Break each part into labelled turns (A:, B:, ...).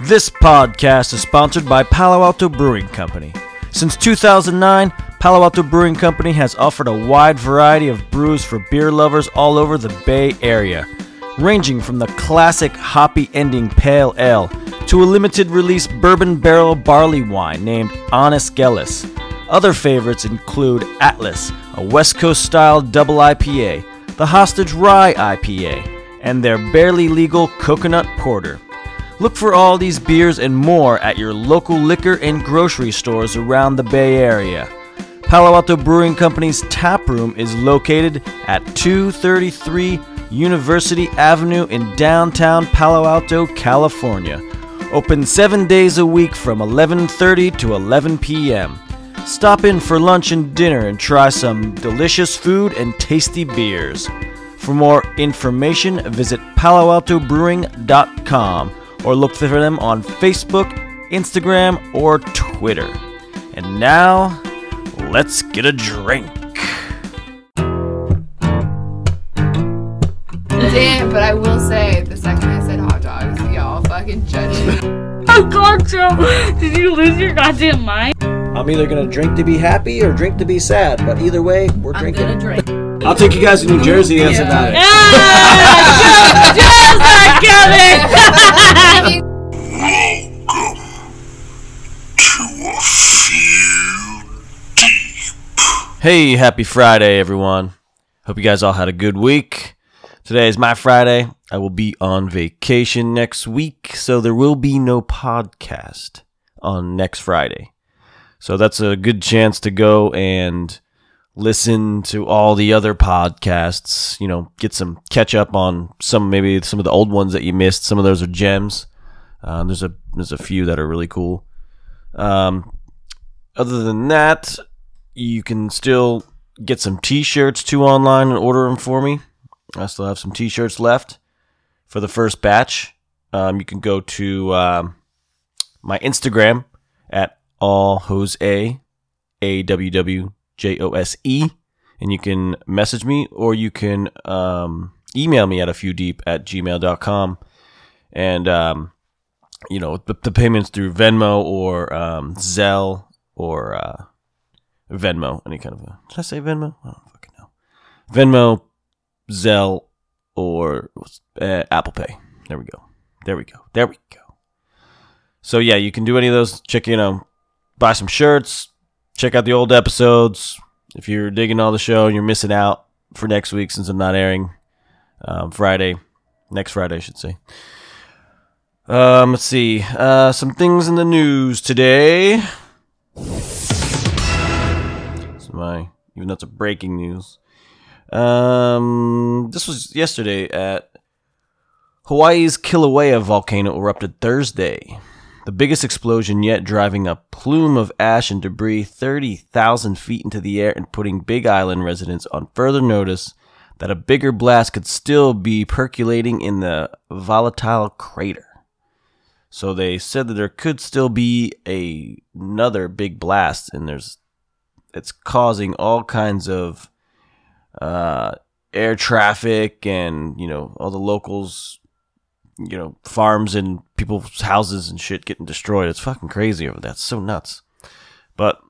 A: This podcast is sponsored by Palo Alto Brewing Company. Since 2009, Palo Alto Brewing Company has offered a wide variety of brews for beer lovers all over the Bay Area, ranging from the classic hoppy ending pale ale to a limited release bourbon barrel barley wine named Honest Gellis. Other favorites include Atlas, a West Coast style double IPA, the Hostage Rye IPA, and their barely legal Coconut Porter. Look for all these beers and more at your local liquor and grocery stores around the Bay Area. Palo Alto Brewing Company's tap room is located at 233 University Avenue in downtown Palo Alto, California. Open 7 days a week from 11:30 to 11 p.m. Stop in for lunch and dinner and try some delicious food and tasty beers. For more information, visit paloaltobrewing.com or look for them on Facebook, Instagram, or Twitter. And now, let's get a drink.
B: Damn, but I will say, the second I said hot dogs, y'all fucking judged me.
C: Oh, Clark Joe, did you lose your goddamn mind?
A: I'm either gonna drink to be happy or drink to be sad, but either way, we're drinking.
D: drink.
E: I'll take you guys to New Jersey. That's about it.
C: Ah, Joe's not coming!
A: Hey, happy Friday, everyone. Hope you guys all had a good week. Today is my Friday. I will be on vacation next week, so there will be no podcast on next Friday. So that's a good chance to go and listen to all the other podcasts, you know, get some catch up on some maybe some of the old ones that you missed. Some of those are gems. Um, there's a there's a few that are really cool. Um, other than that, you can still get some t-shirts too online and order them for me i still have some t-shirts left for the first batch um, you can go to um, my instagram at all jose a w w j o s e and you can message me or you can um, email me at a few deep at gmail.com and um, you know the, the payments through venmo or um, zelle or uh, Venmo, any kind of. Did I say Venmo? I don't fucking know. Venmo, Zelle, or uh, Apple Pay. There we go. There we go. There we go. So yeah, you can do any of those. Check you know, buy some shirts. Check out the old episodes. If you're digging all the show and you're missing out for next week since I'm not airing um, Friday, next Friday I should say. Um, let's see. Uh, some things in the news today. It's my even that's a breaking news. Um, this was yesterday at Hawaii's Kilauea volcano erupted Thursday, the biggest explosion yet, driving a plume of ash and debris 30,000 feet into the air and putting Big Island residents on further notice that a bigger blast could still be percolating in the volatile crater. So they said that there could still be a, another big blast, and there's it's causing all kinds of uh, air traffic and you know all the locals you know farms and people's houses and shit getting destroyed it's fucking crazy over that it's so nuts but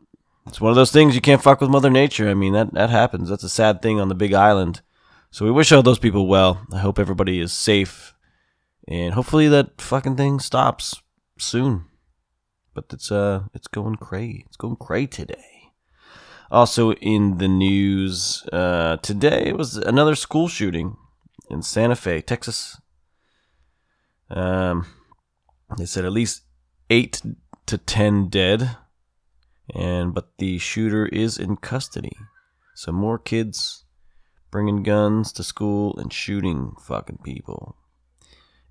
A: it's one of those things you can't fuck with mother nature i mean that that happens that's a sad thing on the big island so we wish all those people well i hope everybody is safe and hopefully that fucking thing stops soon but it's uh it's going cray it's going cray today also in the news uh, today it was another school shooting in Santa Fe, Texas. Um, they said at least eight to ten dead, and but the shooter is in custody. So more kids bringing guns to school and shooting fucking people.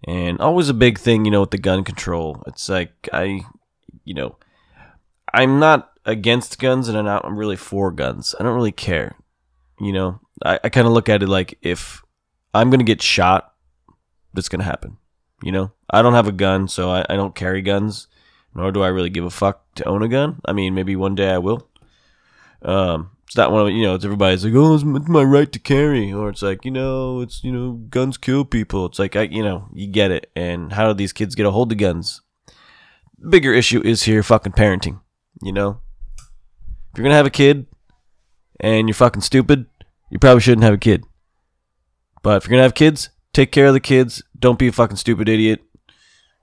A: And always a big thing, you know, with the gun control. It's like I, you know, I'm not against guns and I'm not I'm really for guns. I don't really care. You know, I, I kind of look at it like if I'm going to get shot, that's going to happen. You know, I don't have a gun, so I, I don't carry guns, nor do I really give a fuck to own a gun. I mean, maybe one day I will. Um, it's not one of you know. It's everybody's like, oh, it's m- it's my right to carry, or it's like you know, it's you know, guns kill people. It's like I, you know, you get it. And how do these kids get a hold of guns? bigger issue is here fucking parenting. You know, if you're gonna have a kid and you're fucking stupid, you probably shouldn't have a kid. But if you're gonna have kids, take care of the kids. Don't be a fucking stupid idiot.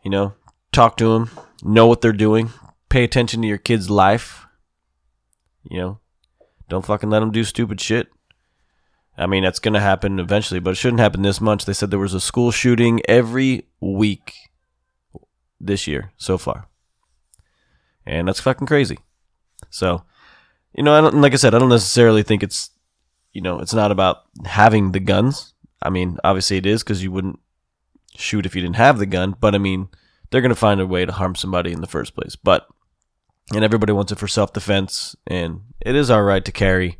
A: You know, talk to them. Know what they're doing. Pay attention to your kid's life. You know, don't fucking let them do stupid shit. I mean, that's gonna happen eventually, but it shouldn't happen this much. They said there was a school shooting every week this year so far, and that's fucking crazy. So, you know, I don't like I said, I don't necessarily think it's, you know, it's not about having the guns. I mean, obviously it is because you wouldn't shoot if you didn't have the gun. But I mean, they're gonna find a way to harm somebody in the first place. But and everybody wants it for self defense, and it is our right to carry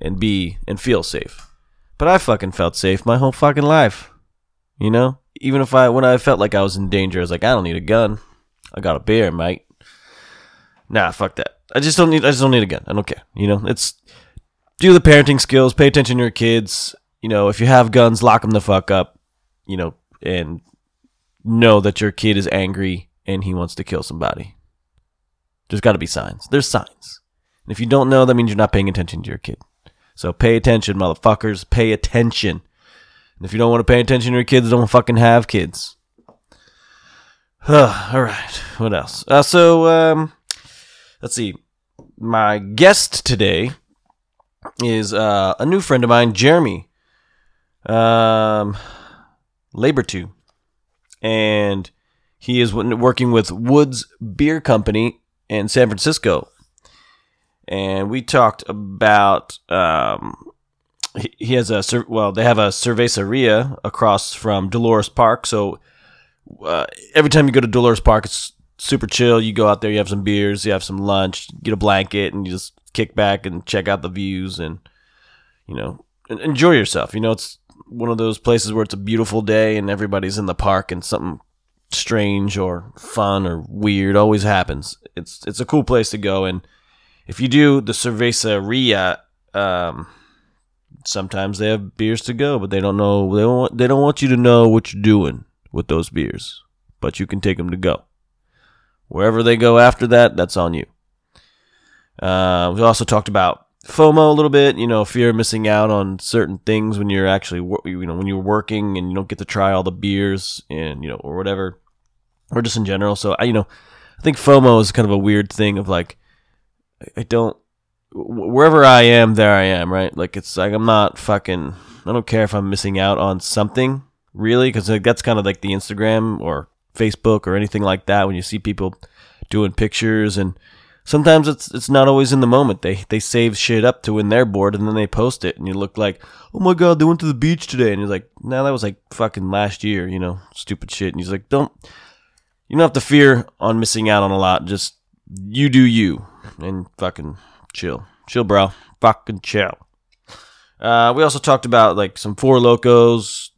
A: and be and feel safe. But I fucking felt safe my whole fucking life. You know? Even if I when I felt like I was in danger, I was like, I don't need a gun. I got a beer, mate. Nah, fuck that. I just don't need I just don't need a gun. I don't care. You know, it's do the parenting skills, pay attention to your kids. You know, if you have guns, lock them the fuck up. You know, and know that your kid is angry and he wants to kill somebody. There's got to be signs. There's signs. And if you don't know, that means you're not paying attention to your kid. So pay attention, motherfuckers. Pay attention. And if you don't want to pay attention to your kids, don't fucking have kids. all right. What else? Uh, so, um, let's see. My guest today is uh, a new friend of mine, Jeremy. Um, Labor Two, and he is w- working with Woods Beer Company in San Francisco. And we talked about um, he, he has a cer- well, they have a cerveceria across from Dolores Park. So uh, every time you go to Dolores Park, it's super chill. You go out there, you have some beers, you have some lunch, get a blanket, and you just kick back and check out the views and you know en- enjoy yourself. You know, it's one of those places where it's a beautiful day and everybody's in the park and something strange or fun or weird always happens. It's it's a cool place to go and if you do the cerveceria, um, sometimes they have beers to go, but they don't know they don't want, they don't want you to know what you're doing with those beers. But you can take them to go wherever they go after that. That's on you. Uh, we also talked about FOMO a little bit. You know, fear of missing out on certain things when you're actually, wor- you know, when you're working and you don't get to try all the beers and you know, or whatever, or just in general. So I, you know, I think FOMO is kind of a weird thing of like, I- I don't. wh- Wherever I am, there I am, right? Like it's like I'm not fucking. I don't care if I'm missing out on something, really, because like, that's kind of like the Instagram or Facebook or anything like that. When you see people doing pictures and sometimes it's it's not always in the moment. They they save shit up to when they're bored and then they post it and you look like, oh my god, they went to the beach today and you're like, no, that was like fucking last year, you know, stupid shit. And he's like, don't you don't have to fear on missing out on a lot. Just you do you and fucking chill, chill, bro, fucking chill. Uh, we also talked about like some four locos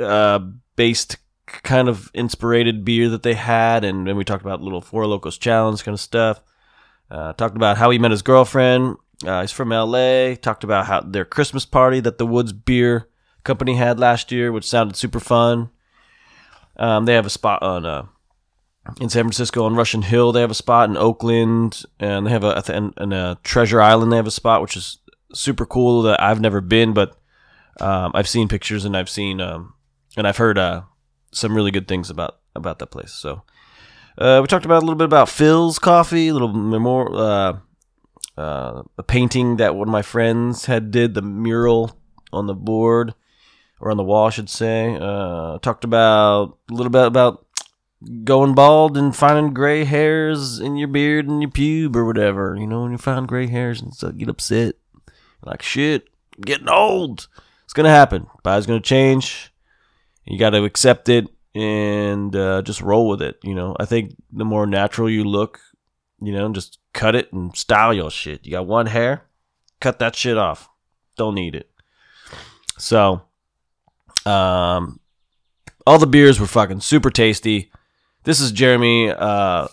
A: uh, based k- kind of inspired beer that they had, and then we talked about little four locos challenge kind of stuff. Uh, talked about how he met his girlfriend. Uh, he's from LA. Talked about how their Christmas party that the Woods Beer Company had last year, which sounded super fun. Um, they have a spot on uh, in San Francisco on Russian Hill. They have a spot in Oakland, and they have a and, and uh, Treasure Island. They have a spot which is super cool that I've never been, but um, I've seen pictures and I've seen um, and I've heard uh, some really good things about about that place. So uh, we talked about a little bit about Phil's coffee, a little memor uh, uh, a painting that one of my friends had did the mural on the board or on the wall, I should say. Uh, talked about a little bit about going bald and finding gray hairs in your beard and your pube or whatever. You know, when you find gray hairs and stuff, get upset. Like, shit, I'm getting old. It's going to happen. Body's going to change. You got to accept it and uh, just roll with it. You know, I think the more natural you look, you know, just cut it and style your shit. You got one hair, cut that shit off. Don't need it. So, um, all the beers were fucking super tasty. This is Jeremy. Uh,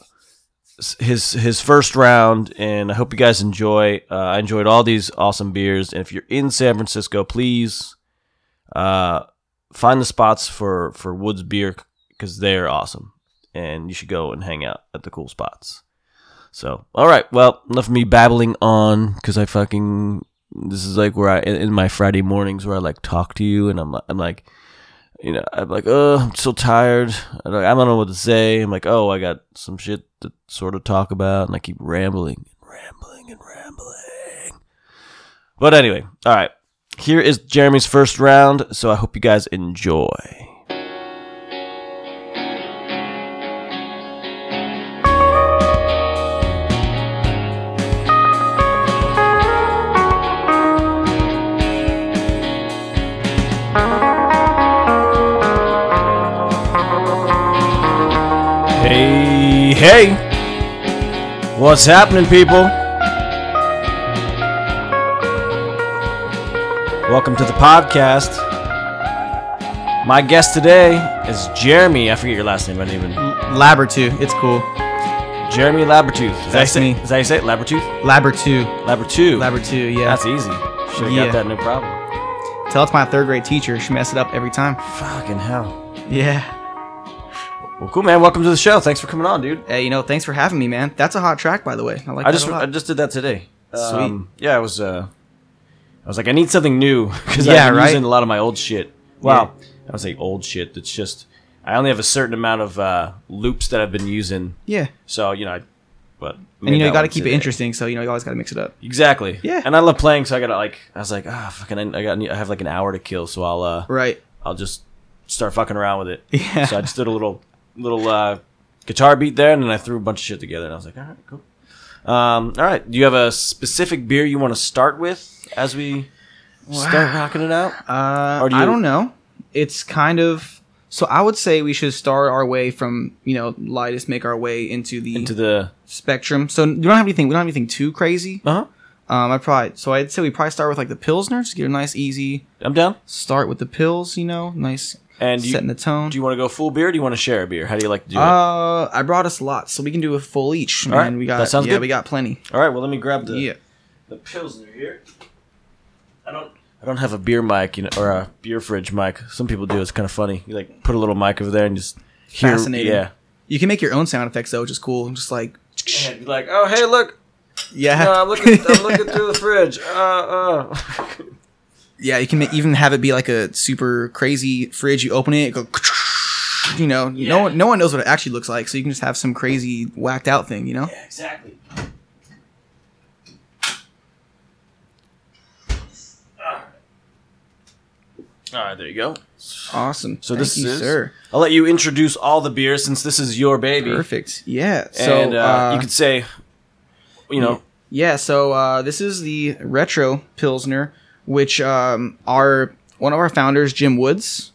A: s- his his first round, and I hope you guys enjoy. Uh, I enjoyed all these awesome beers, and if you're in San Francisco, please uh, find the spots for for Woods Beer because they're awesome. and you should go and hang out at the cool spots. So, all right, well, enough of me babbling on because I fucking this is like where I in in my Friday mornings where I like talk to you and I'm li- I'm like, you know, I'm like, oh, I'm so tired. I don't, I don't know what to say. I'm like, oh, I got some shit to sort of talk about, and I keep rambling and rambling and rambling. But anyway, all right. Here is Jeremy's first round, so I hope you guys enjoy. Hey, hey! What's happening, people? Welcome to the podcast. My guest today is Jeremy. I forget your last name. I didn't even.
D: Labber 2. It's cool.
A: Jeremy Labertooth. Is that
D: That's
A: say,
D: me.
A: Is that how you say it? Labertooth?
D: Labber 2.
A: Labertooth.
D: Labber 2, yeah.
A: That's easy. Should have
D: Yeah.
A: got that, no problem.
D: Tell it to my third grade teacher. She messed it up every time.
A: Fucking hell.
D: Yeah.
A: Well, cool, man. Welcome to the show. Thanks for coming on, dude.
D: Hey, you know, thanks for having me, man. That's a hot track, by the way. I like
A: I
D: that
A: just
D: a lot.
A: I just did that today.
D: Sweet.
A: yeah, I was uh, I was like, I need something new because
D: Yeah,
A: I've been
D: right?
A: using a lot of my old shit. Wow, I was like old shit. That's just I only have a certain amount of uh, loops that I've been using.
D: yeah.
A: So you know, I, but
D: And you know, you got
A: got
D: to keep it interesting, so you know, you always got to mix it up.
A: Exactly.
D: Yeah.
A: And I love playing, so I gotta like I was like ah fucking I, I got I have like an hour to kill, so I'll uh
D: Right.
A: I'll just start fucking around with it.
D: Yeah.
A: So I just did a little little uh, guitar beat there, and then I threw a bunch of shit together, and I was like, all right, cool. Um, all right, do you have a specific beer you want to start with as we start rocking it out?
D: Uh,
A: Or do
D: I
A: you-
D: don't know. It's kind of. So I would say we should start our way from, you know, lightest, make our way into the,
A: Into the
D: spectrum. So we don't have anything. We don't have anything too crazy.
A: uh huh.
D: Um, I probably. So I'd say we probably start with like the Pilsner. Just get a nice, easy
A: I'm down.
D: start with the pills, you know, nice
A: And you,
D: setting the tone.
A: do you want to go full beer? Or do you want to share a beer? How do you like to do it?
D: Uh, I brought us lots, so we can do a full each. Man,
A: All right,
D: we got
A: that sounds
D: yeah,
A: good.
D: we got plenty.
A: All right. Well, let me grab the
D: yeah,
A: the pilsner here. I don't. I don't have a beer mic, you know, or a beer fridge mic. Some people do. It's kind of funny. You like put a little mic over there and just hear.
D: Fascinating.
A: Yeah.
D: you can make your own sound effects though, which is cool. Just like
A: Yeah, be like, oh hey, look,
D: yeah,
A: No, I'm looking. I'm looking through the fridge. Uh, uh.
D: yeah, you can ma- even have it be like a super crazy fridge. You open it, it go. You know, no one, no one knows what it actually looks like, so you can just have some crazy whacked out thing. You know,
A: Exactly. All right, there you go.
D: awesome.
A: So
D: Thank
A: this
D: you,
A: is.
D: sir.
A: I'll let you introduce all the beers since this is your baby,
D: Perfect. Yeah. So
A: and uh,
D: uh,
A: you could say, you know,
D: Yeah, so uh, this is the retro pilsner, which um, our one of our founders, Jim Woods,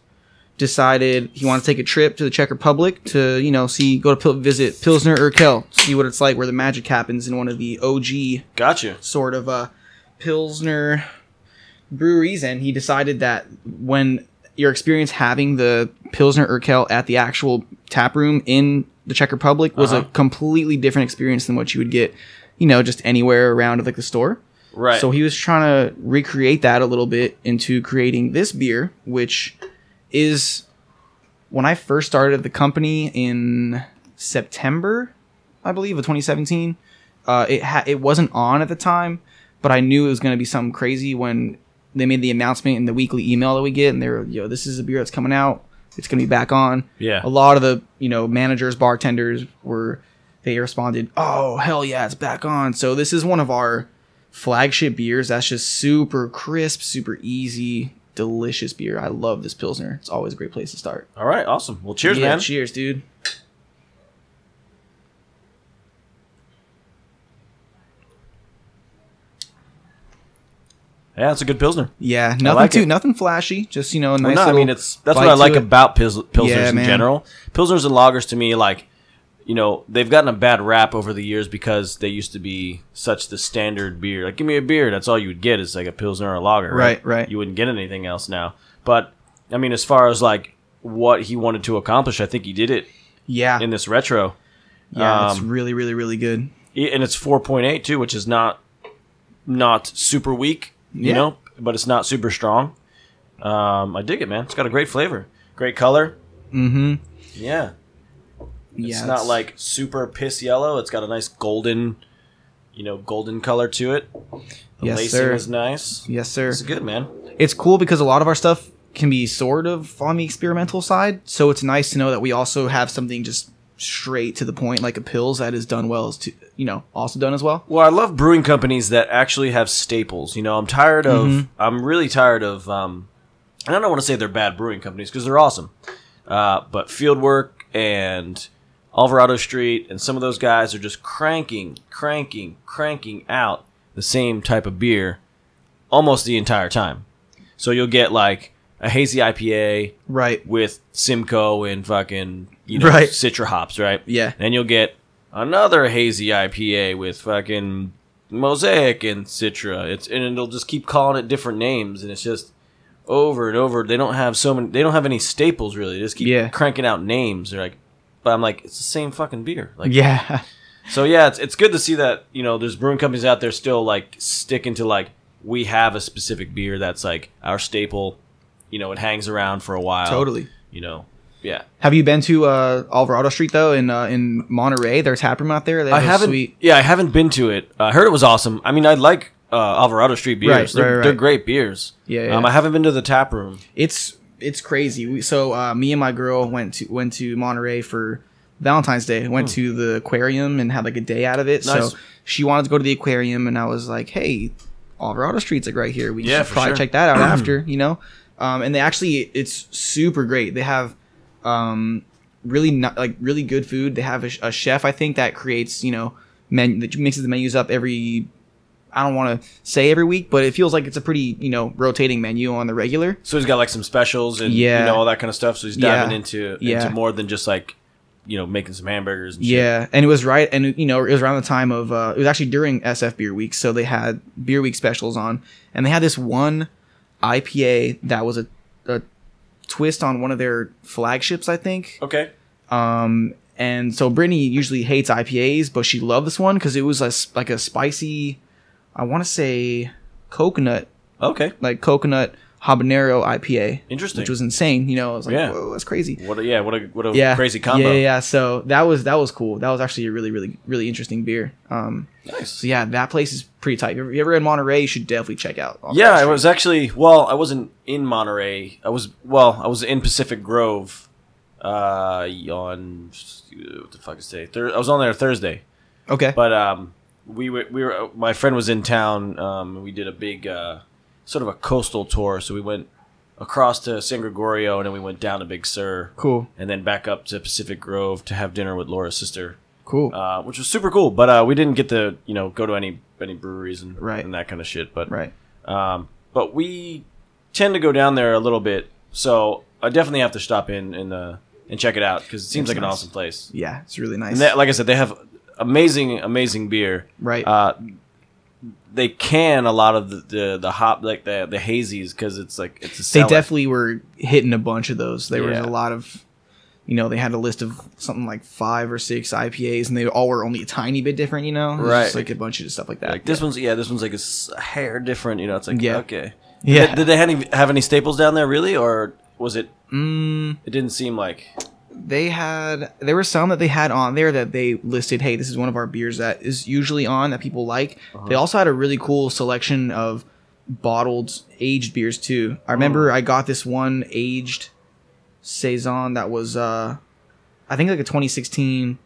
D: decided he wanted to take a trip to the Czech Republic to you know see go to pil- visit Pilsner Urkel, see what it's like where the magic happens in one of the OG
A: gotcha.
D: sort of uh, pilsner breweries, and he decided that when your experience having the pilsner Urkel at the actual tap room in the Czech Republic was
A: Uh-huh.
D: a completely different experience than what you would get, you know, just anywhere around like the store.
A: Right.
D: So he was trying to recreate that a little bit into creating this beer, which is when I first started the company in September, I believe, of 2017. Uh, it ha- it wasn't on at the time, but I knew it was going to be something crazy when they made the announcement in the weekly email that we get, and they were, yo, this is a beer that's coming out. It's going to be back on.
A: Yeah.
D: A lot of the you know managers, bartenders were they responded, oh hell yeah, it's back on. So this is one of our flagship beers. That's just super crisp, super easy, delicious beer. I love this pilsner. It's always a great place to start.
A: all right, awesome. Well, cheers,
D: Yeah,
A: man.
D: Cheers, dude.
A: yeah, that's a good pilsner.
D: Yeah, nothing
A: like
D: too,
A: it.
D: nothing flashy. Just you know, a
A: Well,
D: nice.
A: no, I
D: little
A: mean it's that's
D: bite
A: what I
D: to
A: like
D: it.
A: about pils- pilsners
D: Yeah,
A: in
D: man.
A: general. Pilsners and lagers to me, like you know, they've gotten a bad rap over the years because they used to be such the standard beer. Like, give me a beer, that's all you would get is like a pilsner or a lager.
D: Right, right.
A: You wouldn't get anything else now. But I mean, as far as like what he wanted to accomplish, I think he did it
D: Yeah,
A: in this retro,
D: yeah, it's
A: um,
D: really, really, really good.
A: I- and it's four point eight too, which is not not super weak, you
D: Yeah.
A: know, but it's not super strong. Um, I dig it, man. It's got a great flavor, great color.
D: Mm-hmm.
A: Yeah. It's
D: yeah,
A: not like super piss yellow. It's got a nice golden, you know, golden color to it. The
D: Yes,
A: lacing
D: sir.
A: is nice.
D: yes, sir.
A: It's good, man.
D: it's cool because a lot of our stuff can be sort of on the experimental side. So it's nice to know that we also have something just straight to the point, like a pills that is done well, is to, you know, also done as well.
A: Well, I love brewing companies that actually have staples. You know, I'm tired of. I'm really tired of. Um, and I don't want to say they're bad brewing companies because they're awesome. Uh, but Fieldwork and Alvarado Street and some of those guys are just cranking, cranking, cranking out the same type of beer almost the entire time. So you'll get like a hazy IPA
D: Right.
A: with Simcoe and fucking you know
D: Right.
A: Citra hops, right?
D: Yeah.
A: Then you'll get another hazy IPA with fucking Mosaic and Citra. It's and it'll just keep calling it different names, and it's just over and over. They don't have so many. They don't have any staples really. They just keep
D: Yeah.
A: cranking out names. They're like, but I'm like, it's the same fucking beer. Like,
D: Yeah.
A: so yeah, it's it's good to see that you know there's brewing companies out there still like sticking to like we have a specific beer that's like our staple. You know, it hangs around for a while.
D: Totally.
A: You know, yeah.
D: Have you been to uh, Alvarado Street though in uh, in Monterey? There's tap room out there. They
A: I
D: have a
A: haven't.
D: Sweet,
A: Yeah, I haven't been to it. I heard it was awesome. I mean, I like uh, Alvarado Street beers.
D: Right,
A: they're,
D: right, right.
A: they're great beers.
D: Yeah, yeah.
A: Um, I haven't been to the tap room.
D: it's it's crazy. We, so uh, me and my girl went to went to Monterey for Valentine's Day. Went to the aquarium and had like a day out of it.
A: Hmm. Nice.
D: So she wanted to go to the aquarium, and I was like, "Hey, Alvarado Street's like right here. We
A: Yeah,
D: should
A: for
D: probably
A: sure.
D: check that out after." You know, um, and they actually it's super great. They have um, really not like really good food. They have a, sh- a chef I think that creates you know men that mixes the menus up every. I don't want to say every week, but it feels like it's a pretty you know rotating menu on the regular.
A: So he's got like some specials and
D: Yeah.
A: you know all that kind of stuff. So he's
D: Yeah.
A: diving into
D: Yeah.
A: into more than just like you know making some hamburgers. And shit.
D: Yeah, and it was right, and you know, it was around the time of uh, it was actually during SF Beer Week, so they had Beer Week specials on, and they had this one IPA that was a, a twist on one of their flagships, I think.
A: Okay.
D: Um, and so Brittany usually hates IPAs, but she loved this one because it was a s like a spicy, I want to say coconut,
A: Okay.
D: like coconut habanero IPA,
A: Interesting.
D: which was insane. You know, I was like,
A: Yeah.
D: whoa, that's crazy
A: What a, yeah, what a what a
D: yeah
A: crazy combo.
D: yeah, yeah yeah so that was that was cool that was actually a really really really interesting beer um
A: Nice.
D: so yeah that place is pretty tight if you're- if you're ever in monterey you should definitely check out Off
A: Yeah,
D: Broad
A: I was actually well, I wasn't in Monterey. I was well, I was in Pacific Grove uh on what the fuck is today? Thur- I was on there Thursday.
D: Street. okay
A: But um, we were we were my friend was in town. Um, and we did a big uh, sort of a coastal tour. So we went across to San Gregorio, and then we went down to Big Sur,
D: cool
A: and then back up to Pacific Grove to have dinner with Laura's sister,
D: cool
A: uh, which was super cool. But uh, we didn't get to you know go to any any breweries and
D: Right.
A: and that kind of shit. But
D: right
A: um, but we tend to go down there a little bit, so I definitely have to stop in and uh, and check it out because it seems
D: That's
A: like an
D: nice.
A: awesome place.
D: yeah it's really nice
A: And that, like I said, they have amazing, amazing beer.
D: Right.
A: Uh, they can a lot of the the, the hop like the the hazies because it's like it's a
D: they
A: seller.
D: definitely were hitting a bunch of those there
A: Yeah.
D: was a lot of you know they had a list of something like five or six ipas and they all were only a tiny bit different you know It was
A: Right.
D: just like a bunch of just stuff like that
A: like this one's yeah this one's like a s- a hair different you know it's like
D: Yeah.
A: okay
D: yeah
A: did, did they have any, have any staples down there really or was it
D: mm,
A: it didn't seem like
D: they had there were some that they had on there that they listed hey this is one of our beers that is usually on that people like
A: Uh-huh.
D: they also had a really cool selection of bottled aged beers too i
A: Oh.
D: remember i got this one aged saison that was uh i think like a 2016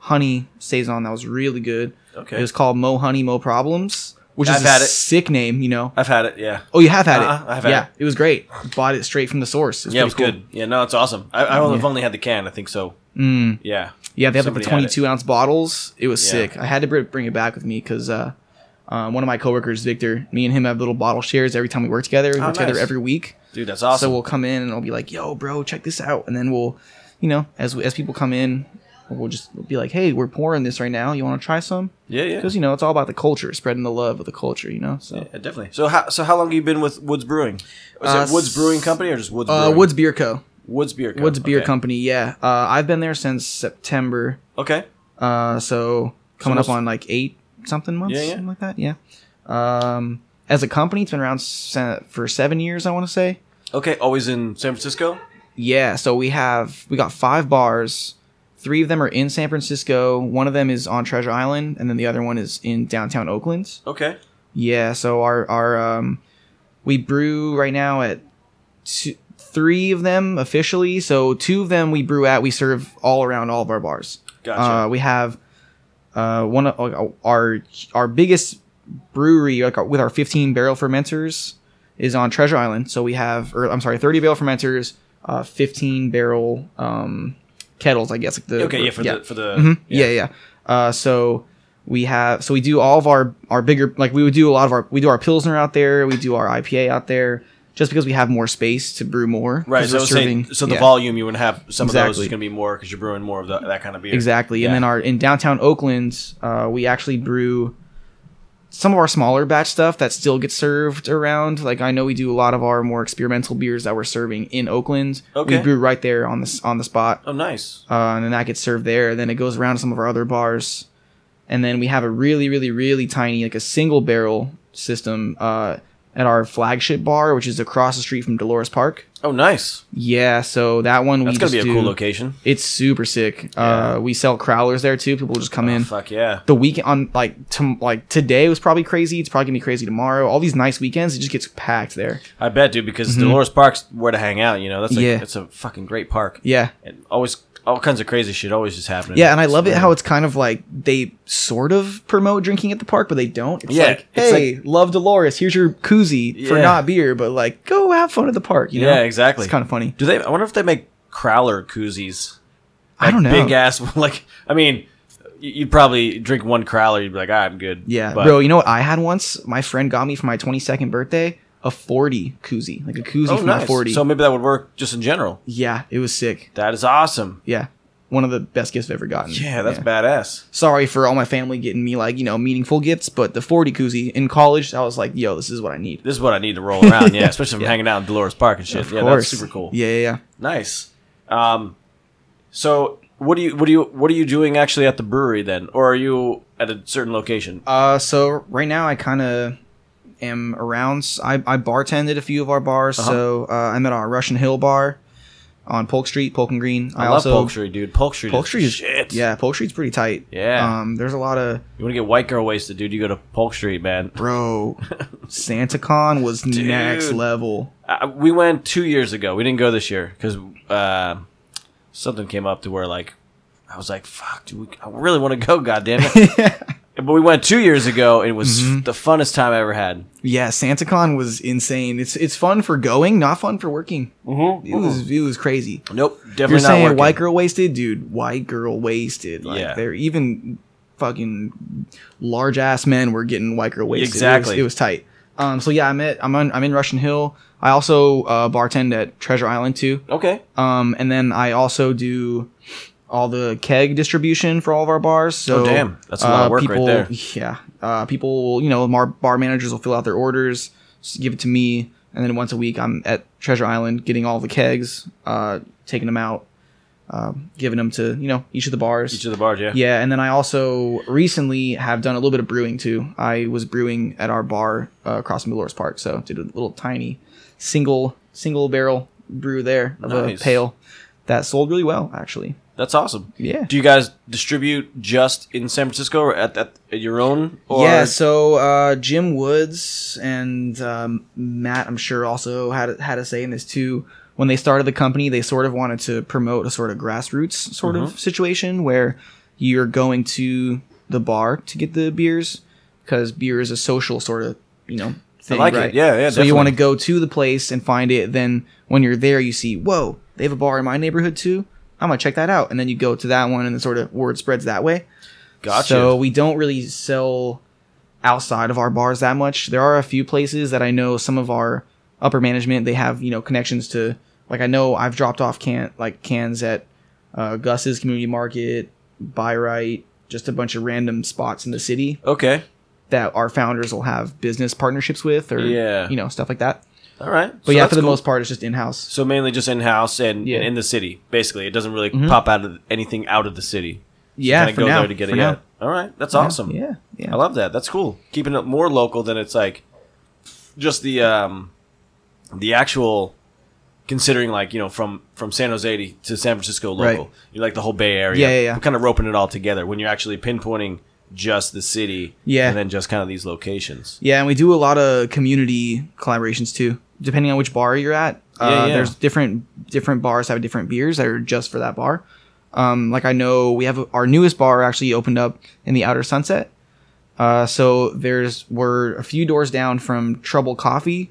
D: honey saison that was really good
A: okay
D: it was called mo honey mo problems which
A: I've
D: is a
A: had it.
D: sick name you know
A: I've had it yeah
D: oh you have had
A: Uh-uh,
D: it
A: I've had
D: yeah
A: it.
D: it was great bought it straight from the source
A: yeah it was
D: pretty cool.
A: good yeah no it's awesome I, I have only had the can I think so
D: mm.
A: yeah
D: Yeah, they had like the
A: Somebody had it.
D: 22 ounce bottles. It was
A: Yeah.
D: sick. I had to br- bring it back with me because uh, uh, one of my coworkers, Victor, me and him have little bottle shares every time we work together. We
A: Oh,
D: work together
A: nice.
D: every week.
A: dude that's awesome
D: So we'll come in and I'll be like, yo, bro, check this out. And then we'll, you know, as, we- as people come in, we'll just be like, hey, we're pouring this right now. You want to try some?
A: yeah yeah.
D: Because, you know, it's all about the culculture, spreading the love of the culture, you know? So.
A: yeah definitely so how so how long have you been with Woods Brewing was
D: Uh,
A: it Woods Brewing Company or just Woods
D: Uh,
A: Brewing?
D: Woods Beer Co.
A: Woods Beer Co.
D: Woods Beer
A: okay.
D: Company, yeah. Uh, I've been there since September.
A: Okay.
D: Uh, so coming
A: what's-
D: up on like eight something months,
A: Yeah, yeah.
D: something like that. Yeah. Um, as a company, it's been around se- for seven years, I want to say.
A: Okay. Always in San Francisco.
D: Yeah. So we have we got five bars, Three of them are in San Francisco. One of them is on Treasure Island, and then the other one is in downtown Oakland.
A: Okay.
D: Yeah, so our our um, we brew right now at two, three of them officially. So two of them we brew at. We serve all around all of our bars.
A: Gotcha.
D: Uh, we have uh, one of uh, our our biggest brewery like our, with our 15 barrel fermenters is on Treasure Island. So we have, or I'm sorry, 30 barrel fermenters, uh, 15 barrel um, kettles, I guess. Like the,
A: okay. Yeah. For the Mm-hmm. for the
D: Mhm. yeah, yeah. Uh, so we have so we do all of our our bigger like we would do a lot of our we do our pilsner out there, we do our IPA out there, just because we have more space to brew more.
A: Right.
D: 'cause
A: So, I
D: we're
A: was saying,
D: serving-
A: so the
D: yeah,
A: volume you would have some of those is
D: Exactly.
A: going to be more because you're brewing more of the, that kind of beer.
D: exactly,
A: Yeah.
D: and then our in downtown Oakland, uh, we actually brew some of our smaller batch stuff that still gets served around. Like I know we do a lot of our more experimental beers that we're serving in Oakland.
A: Okay.
D: We brew right there on this on the spot.
A: Oh, nice.
D: uh, and then that gets served there. Then it goes around to some of our other bars, and then we have a really, really, really tiny, like a single barrel system uh, at our flagship bar, which is across the street from Dolores Park.
A: Oh, nice.
D: Yeah, so that one
A: That's
D: we
A: going
D: just
A: to be a
D: do.
A: cool location.
D: It's super sick.
A: Yeah.
D: Uh, we sell crowlers there too. People just come
A: Oh,
D: in.
A: fuck yeah.
D: The weekend on like to, like today was probably crazy. It's probably gonna be crazy tomorrow. All these nice weekends, it just gets packed there.
A: I bet, dude, because Dolores Park's where to hang out. You know, that's like,
D: Mm-hmm. Yeah.
A: it's a fucking great park.
D: Yeah,
A: And always, all kinds of crazy shit always just happening.
D: Yeah, and I love it
A: Yeah.
D: how it's kind of like they sort of promote drinking at the park, but they don't. It's
A: Yeah,
D: like,
A: it's
D: hey, love Dolores, here's your koozie for
A: Yeah.
D: not beer, but like go have fun at the park. You know?
A: Yeah, exactly.
D: It's kind of funny.
A: Do they? I wonder if they make crowler koozies.
D: I don't know.
A: Big ass. Like, I mean, y- you'd probably drink one crowler. You'd be like, ah, I'm good.
D: yeah,
A: But-
D: bro. You know what I had once? My friend got me for my 22nd birthday a 40 koozie, like a koozie
A: Oh,
D: for my
A: nice.
D: 40.
A: So maybe that would work just in general.
D: yeah, it was sick.
A: That is awesome.
D: Yeah, one of the best gifts I've ever gotten.
A: Yeah, that's badass.
D: Sorry for all my family getting me like you know meaningful gifts, but the 40 koozie in college, I was like, yo, this is what I need.
A: This is what I need to roll around. Yeah, especially if I'm hanging out in Dolores Park and shit.
D: Of
A: yeah,
D: course.
A: that's super cool.
D: Yeah, yeah, yeah.
A: Nice. Um, so what do you what do you what are you doing actually at the brewery then, or are you at a certain location?
D: Uh, so right now I kind of am around. s- I, I bartended a few of our bars.
A: Uh-huh.
D: So uh, I'm at our Russian Hill bar on Polk Street, Polk and Green.
A: I, love Polk Street, dude. Polk Street.
D: Polk
A: is
D: Street is
A: shit.
D: yeah, Polk Street's pretty tight.
A: Yeah.
D: Um, there's a lot of
A: You want to get white girl wasted, dude? You go to Polk Street, man.
D: bro. SantaCon was next
A: Dude.
D: level.
A: Uh, we went two years ago. We didn't go this year because uh, something came up to where like I was like, "Fuck, dude, we, I really want to go." Goddamn it! but we went two years ago, and it was
D: Mm-hmm.
A: the funnest time I ever had.
D: Yeah, SantaCon was insane. It's it's fun for going, not fun for working. Mm-hmm. It was it was crazy.
A: Nope, definitely
D: You're
A: not
D: saying
A: working.
D: white girl wasted, dude. White girl wasted. Like
A: Yeah.
D: they're even fucking large ass men were getting white girl wasted. It was-
A: Exactly.
D: It was, tight. Um. So yeah, I'm at I'm on, I'm in Russian Hill. I also uh, bartend at Treasure Island too.
A: Okay,
D: Um. And then I also do all the keg distribution for all of our bars. So uh,
A: Oh, damn. That's a lot of work right
D: people,
A: there.
D: Yeah. Uh. People, will, you know, bar, bar managers will fill out their orders, s- give it to me, and then once a week I'm at Treasure Island getting all the kegs, uh, taking them out uh, giving them to you know each of the bars.
A: each of the bars, yeah.
D: yeah, and then I also recently have done a little bit of brewing too. I was brewing at our bar uh, across from Dolores Park, so did a little tiny single single barrel brew there of
A: Nice.
D: a pail that sold really well actually.
A: That's awesome.
D: Yeah.
A: Do you guys distribute just in San Francisco or at, at, at your own? Or
D: yeah, so uh, Jim Woods and um, Matt, I'm sure, also had had a say in this too. When they started the company, they sort of wanted to promote a sort of grassroots sort
A: Mm-hmm.
D: of situation where you're going to the bar to get the beers because beer is a social sort of you know thing,
A: like it.
D: right?
A: Yeah, yeah,
D: So you
A: definitely.
D: want to go to the place and find it. Then when you're there, you see, whoa, they have a bar in my neighborhood too. I'm gonna check that out, and then you go to that one, and then sort of word spreads that way.
A: Gotcha.
D: So we don't really sell outside of our bars that much. There are a few places that I know some of our upper management they have you know connections to. Like I know I've dropped off can like cans at uh, Gus's Community Market, Buy Right, just a bunch of random spots in the city
A: okay.
D: that our founders will have business partnerships with or
A: Yeah.
D: you know stuff like that.
A: All right.
D: But yeah, for the most part, it's just in house.
A: So mainly just in house and,
D: Yeah. Mm-hmm.
A: and in the city, basically. It doesn't really pop out of anything out of the city.
D: Yeah,
A: Kinda
D: for now. for now.
A: yeah. All right, that's awesome.
D: Yeah, yeah.
A: I love that. That's cool. Keeping it more local than it's like just the um the actual considering like you know from from San Jose to, to San Francisco local,
D: Right.
A: you're like the whole Bay Area.
D: Yeah, yeah, yeah.
A: We're kind of roping it all together when you're actually pinpointing just the city,
D: Yeah.
A: and then just kind of these locations.
D: Yeah, and we do a lot of community collaborations too. Depending on which bar you're at, uh,
A: Yeah, yeah.
D: there's different different bars have different beers that are just for that bar. Um, like I know we have our newest bar actually opened up in the Outer Sunset. Uh, so there's we're a few doors down from Trouble Coffee,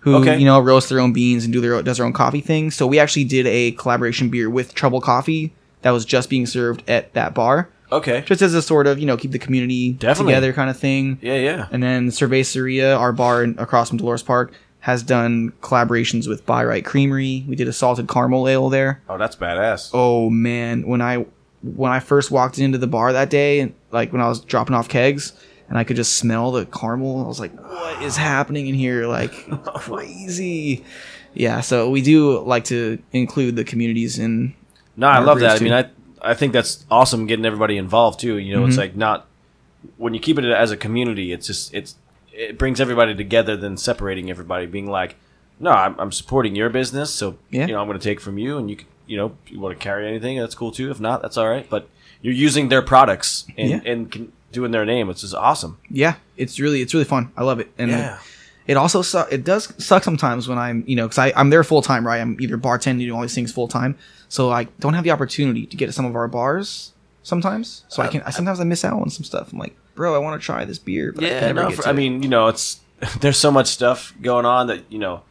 D: who
A: Okay.
D: you know roasts their own beans and do their own, does their own coffee thing. So we actually did a collaboration beer with Trouble Coffee that was just being served at that bar,
A: Okay.
D: just as a sort of you know keep the community
A: Definitely.
D: together kind of thing.
A: Yeah, yeah.
D: And then Cerveceria, our bar in, across from Dolores Park, has done collaborations with Byright Creamery. We did a salted caramel ale there.
A: Oh, that's badass.
D: Oh man, when I when I first walked into the bar that day, and like when I was dropping off kegs, and I could just smell the caramel, I was like, "What is happening in here? Like crazy." Yeah, so we do like to include the communities in.
A: No, I
D: Our
A: love that.
D: breweries,
A: I mean, I I think that's awesome getting everybody involved too. You know,
D: Mm-hmm.
A: it's like not when you keep it as a community, it's just it's it brings everybody together than separating everybody. Being like, no, I'm, I'm supporting your business, so
D: Yeah.
A: you know I'm going to take from you, and you can, you know if you want to carry anything, that's cool too. If not, that's all right. But you're using their products and
D: Yeah.
A: and can, doing their name, which is awesome.
D: Yeah, it's really it's really fun. I love it. And
A: Yeah.
D: it also su- it does suck sometimes when I'm you know because I'm there full time right I'm either bartending doing all these things full time so I don't have the opportunity to get to some of our bars sometimes so I can I, sometimes I miss out on some stuff I'm like bro I want to try this beer but I, can
A: Yeah,
D: never
A: no,
D: get
A: for-
D: to
A: I
D: it."
A: mean, you know, it's there's so much stuff going on that you know,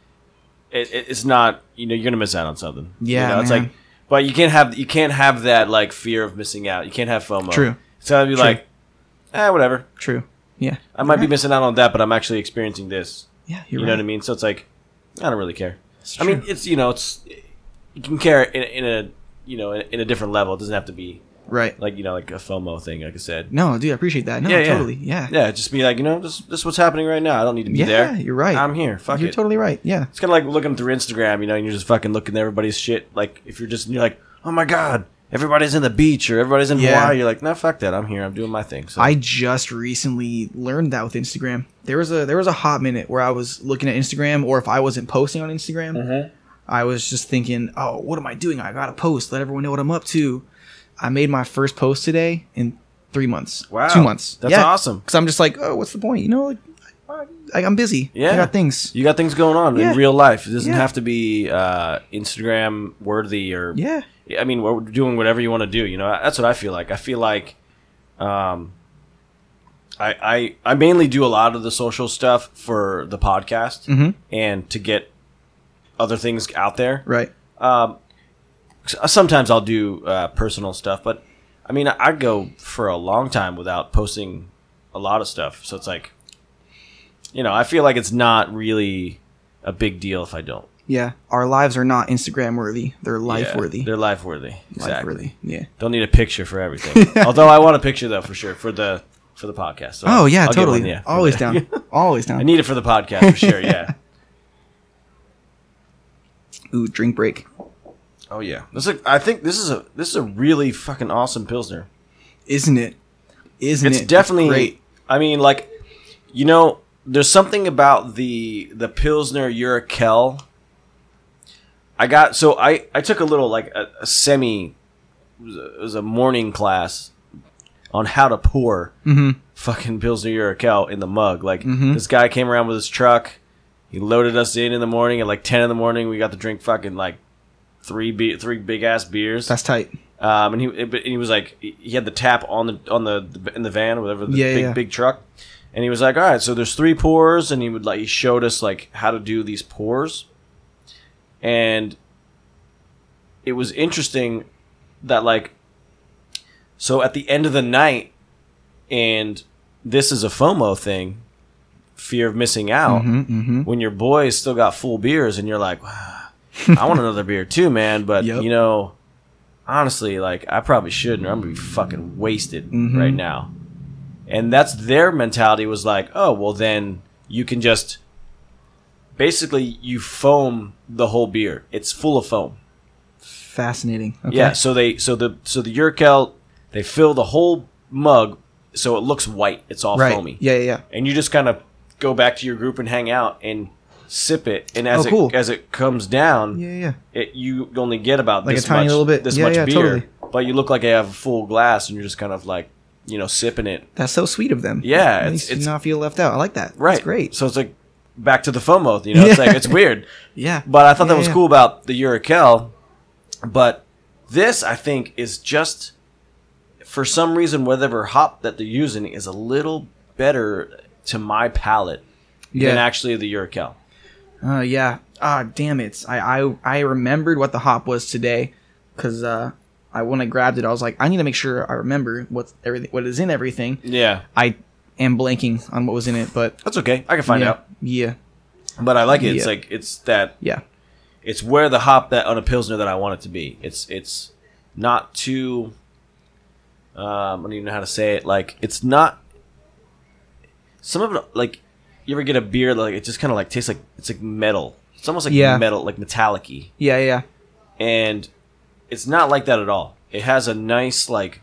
A: it, it- it's not you know you're gonna miss out on something. You
D: Yeah,
A: know, it's
D: man.
A: like, but you can't have you can't have that like fear of missing out. You can't have FOMO.
D: True.
A: So I'd be
D: True.
A: like, eh, whatever.
D: true yeah
A: I might be missing out on that, but I'm actually experiencing this.
D: yeah
A: You
D: you're
A: know
D: right
A: what I mean? So it's like, I don't really care. I
D: true.
A: mean, it's you know, it's you can care in, in a you know in, in a different level. It doesn't have to be
D: right
A: like you know like a FOMO thing. Like I said.
D: no dude I appreciate that no totally yeah
A: yeah. Just be like, you know, this this is what's happening right now. I don't need to be
D: Yeah,
A: there.
D: you're right.
A: I'm here. Fuck
D: you're
A: it.
D: totally right yeah
A: it's kind of like looking through Instagram, you know, and you're just fucking looking at everybody's shit. Like if you're just you're like, oh my god, everybody's in the beach or everybody's in
D: Yeah.
A: Hawaii. You're like, no, fuck that. I'm here. I'm doing my thing. So
D: I just recently learned that with Instagram. There was a there was a hot minute where I was looking at Instagram, or if I wasn't posting on Instagram,
A: Mm-hmm.
D: I was just thinking, "Oh, what am I doing? I gotta post. Let everyone know what I'm up to." I made my first post today in three months.
A: Wow.
D: two months.
A: That's awesome.
D: Because I'm just like, oh, what's the point? You know, like, I, I'm busy.
A: Yeah.
D: I got things.
A: you got things going on
D: Yeah.
A: in real life. It doesn't
D: Yeah.
A: have to be uh, Instagram worthy or
D: Yeah,
A: I mean, we're doing whatever you want to do. You know, that's what I feel like. I feel like, um, I I I mainly do a lot of the social stuff for the podcast
D: Mhm.
A: and to get other things out there.
D: right.
A: S- sometimes I'll do uh, personal stuff, but I mean, I, I go for a long time without posting a lot of stuff. So it's like, you know, I feel like it's not really a big deal if I don't.
D: Yeah, our lives are not Instagram worthy. They're life
A: Yeah,
D: worthy.
A: They're life worthy. Exactly.
D: life worthy. Yeah.
A: Don't need a picture for everything. Although I want a picture though for sure for the for the podcast. So
D: Oh yeah,
A: I'll get
D: totally.
A: one, yeah, for
D: Always
A: the-
D: down. Always
A: I
D: down.
A: need it for the podcast for sure. Yeah.
D: Ooh, drink break.
A: Oh yeah. This is a, I think this is a this is a really fucking awesome pilsner.
D: Isn't it? Isn't
A: It's
D: it?
A: definitely.
D: great.
A: I mean, like, you know, there's something about the the Pilsner Urquell. I got so I I took a little like a, a semi, it was a, it was a morning class on how to pour
D: Mm-hmm.
A: fucking Pilsner Urquell in the mug. Like this guy came around with his truck. He loaded us in in the morning at like ten in the morning. We got to drink fucking like three be- three big ass beers.
D: That's tight.
A: Um, and he but he was like he had the tap on the on the in the van whatever the
D: Yeah,
A: big
D: yeah.
A: big truck, and he was like, all right, so there's three pours, and he would like he showed us like how to do these pours, and it was interesting that like so at the end of the night, and this is a FOMO thing, fear of missing out. When your boys still got full beers, and you're like, "Wow, I want another beer too, man, but
D: Yep.
A: you know honestly, like I probably shouldn't. Or I'm gonna be fucking wasted right now. And that's their mentality was like, oh well, then you can just basically you foam the whole beer. It's full of foam.
D: Fascinating. Okay.
A: Yeah. So they so the so the Urkel they fill the whole mug so it looks white. It's all
D: Right.
A: foamy.
D: Yeah, yeah, yeah.
A: And you just kind of go back to your group and hang out and. sip it, and as
D: Oh, cool.
A: it as it comes down,
D: Yeah, yeah, yeah.
A: it, you only get about
D: Like a
A: this
D: tiny
A: much,
D: little bit.
A: this
D: Yeah,
A: much
D: yeah,
A: beer, but you look like you have a full glass, and you're just kind of like, you know, sipping it.
D: That's so sweet of them.
A: Yeah, it's-
D: it makes
A: it's-
D: you not feel left out. I like that.
A: Right,
D: That's great.
A: So it's like back to the FOMO. You know, it's
D: Yeah.
A: like it's weird,
D: yeah,
A: but I thought that
D: Yeah,
A: was
D: yeah.
A: cool about the Urakel. But this, I think, is just for some reason whatever hop that they're using is a little better to my palate than
D: Yeah,
A: actually the Urakel.
D: uh, yeah. Ah, damn it! I, I I remembered what the hop was today, because uh, I when I grabbed it, I was like, I need to make sure I remember what's everything, what is in everything.
A: Yeah,
D: I am blanking on what was in it, but
A: that's okay. I can find
D: yeah,
A: out.
D: Yeah,
A: But I like it. It's
D: Yeah.
A: like it's that
D: yeah,
A: it's where the hop that on a pilsner that I want it to be. It's it's not too. Um, I don't even know how to say it. Like it's not. Some of it, like you ever get a beer like it just kind of like tastes like it's like metal. It's almost like
D: Yeah.
A: metal, like metallic-y.
D: yeah, yeah.
A: and it's not like that at all. It has a nice like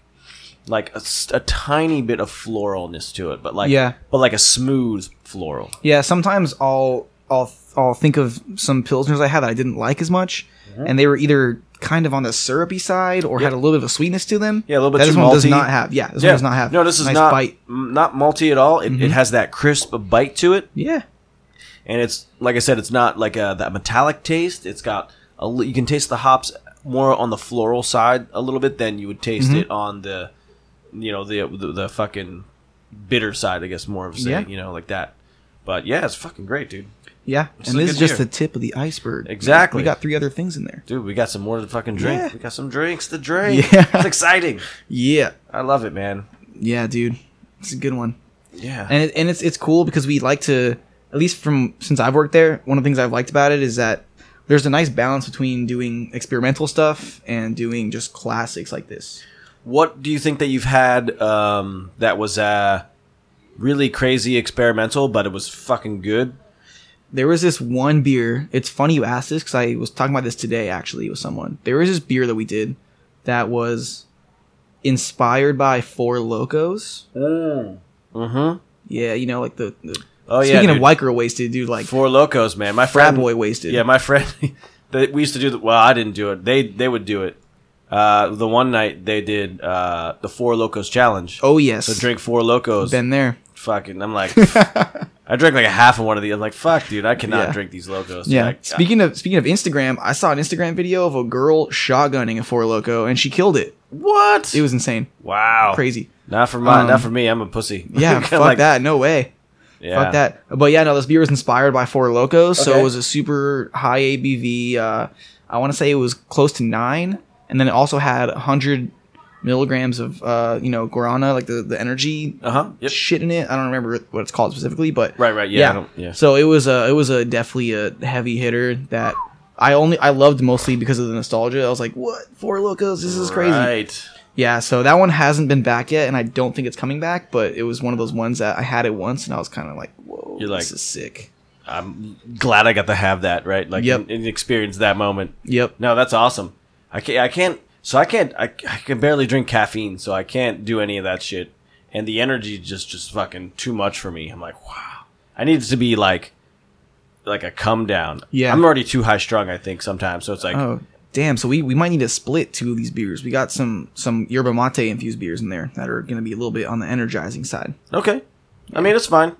A: like a, s- a tiny bit of floralness to it, but like
D: Yeah.
A: but like a smooth floral.
D: Yeah, sometimes I'll I'll I'll think of some pilsners I had that I didn't like as much,
A: Mm-hmm.
D: and they were either kind of on the syrupy side or had a little bit of a sweetness to them.
A: Yeah, a little bit
D: That this
A: too
D: one does
A: malty.
D: not have. Yeah, this one does not have.
A: No, this is
D: nice
A: not
D: bite. Mm-hmm.
A: m- not malty at all. It, it has that crisp bite to it,
D: Yeah,
A: and it's like I said, it's not like a, that metallic taste. It's got a li- you can taste the hops more on the floral side a little bit than you would taste
D: Mm-hmm.
A: it on the you know the the, the fucking bitter side. I guess more of saying
D: Yeah.
A: you know like that. But yeah, it's fucking great, dude.
D: yeah,
A: is a
D: and this is
A: good
D: just
A: beer.
D: the tip of the iceberg.
A: Exactly.
D: we got three other things in there.
A: Dude, we got some more to fucking drink.
D: Yeah.
A: We got some drinks to drink.
D: Yeah.
A: It's exciting.
D: Yeah,
A: I love it, man.
D: yeah, dude, it's a good one,
A: Yeah.
D: and it, and it's it's cool because we like to at least from since I've worked there. One of the things I've liked about it is that there's a nice balance between doing experimental stuff and doing just classics like this.
A: what do you think that you've had um, that was uh, really crazy experimental, but it was fucking good?
D: there was this one beer. It's funny you asked this because I was talking about this today actually with someone. There was this beer that we did that was inspired by Four Locos.
A: Mm-hmm.
D: Yeah, you know, like the. the
A: Oh, yeah.
D: speaking of
A: dude.
D: white girl wasted, dude, like
A: Four Locos, man. My friend.
D: frat boy wasted.
A: Yeah, my friend. they, we used to do the. Well, I didn't do it. They they would do it. Uh, the one night they did uh, the Four Locos Challenge.
D: oh yes,
A: So drink Four Locos.
D: been there.
A: fucking I'm like I drank like a half of one of these. I'm like, fuck dude, I cannot
D: Yeah.
A: drink these locos.
D: Yeah.
A: Like,
D: speaking of speaking of Instagram, I saw an Instagram video of a girl shotgunning a Four Loco and she killed it.
A: I- what?
D: It was insane,
A: uh, wow.
D: crazy.
A: Not for my
D: Um,
A: not for me, I'm a pussy.
D: Yeah,
A: Kinda
D: fuck
A: like-
D: that. No way.
A: Yeah.
D: Fuck that. But yeah, no, this beer was inspired by Four Locos, so
A: Okay.
D: it was a super high ABV. Uh, I want to say it was close to nine, and then it also had hundred milligrams of uh, you know guarana, like the the energy uh,
A: Uh-huh. Yep.
D: shit in it. I don't remember what it's called specifically, but
A: Right, right, yeah, I don't- yeah.
D: So it was a it was a definitely a heavy hitter that. I only I loved mostly because of the nostalgia. I was like, "What Four Locos? This is crazy."
A: Right.
D: Yeah, so that one hasn't been back yet, and I don't think it's coming back. But it was one of those ones that I had it once, and I was kind of like, "Whoa,
A: You're like-
D: this is sick."
A: I'm glad I got to have that, right? Like
D: Yep.
A: and, and experience that moment.
D: Yep.
A: No, that's awesome. I can't I can't so I can't I, I can barely drink caffeine, so I can't do any of that shit. And the energy just just fucking too much for me. I'm like, wow. I need to be like like a come down.
D: Yeah.
A: I'm already too high strung, I think, sometimes. So it's like
D: Oh, damn! So we, we might need to split two of these beers. We got some some yerba mate infused beers in there that are going to be a little bit on the energizing side.
A: Okay. I mean, it's fine.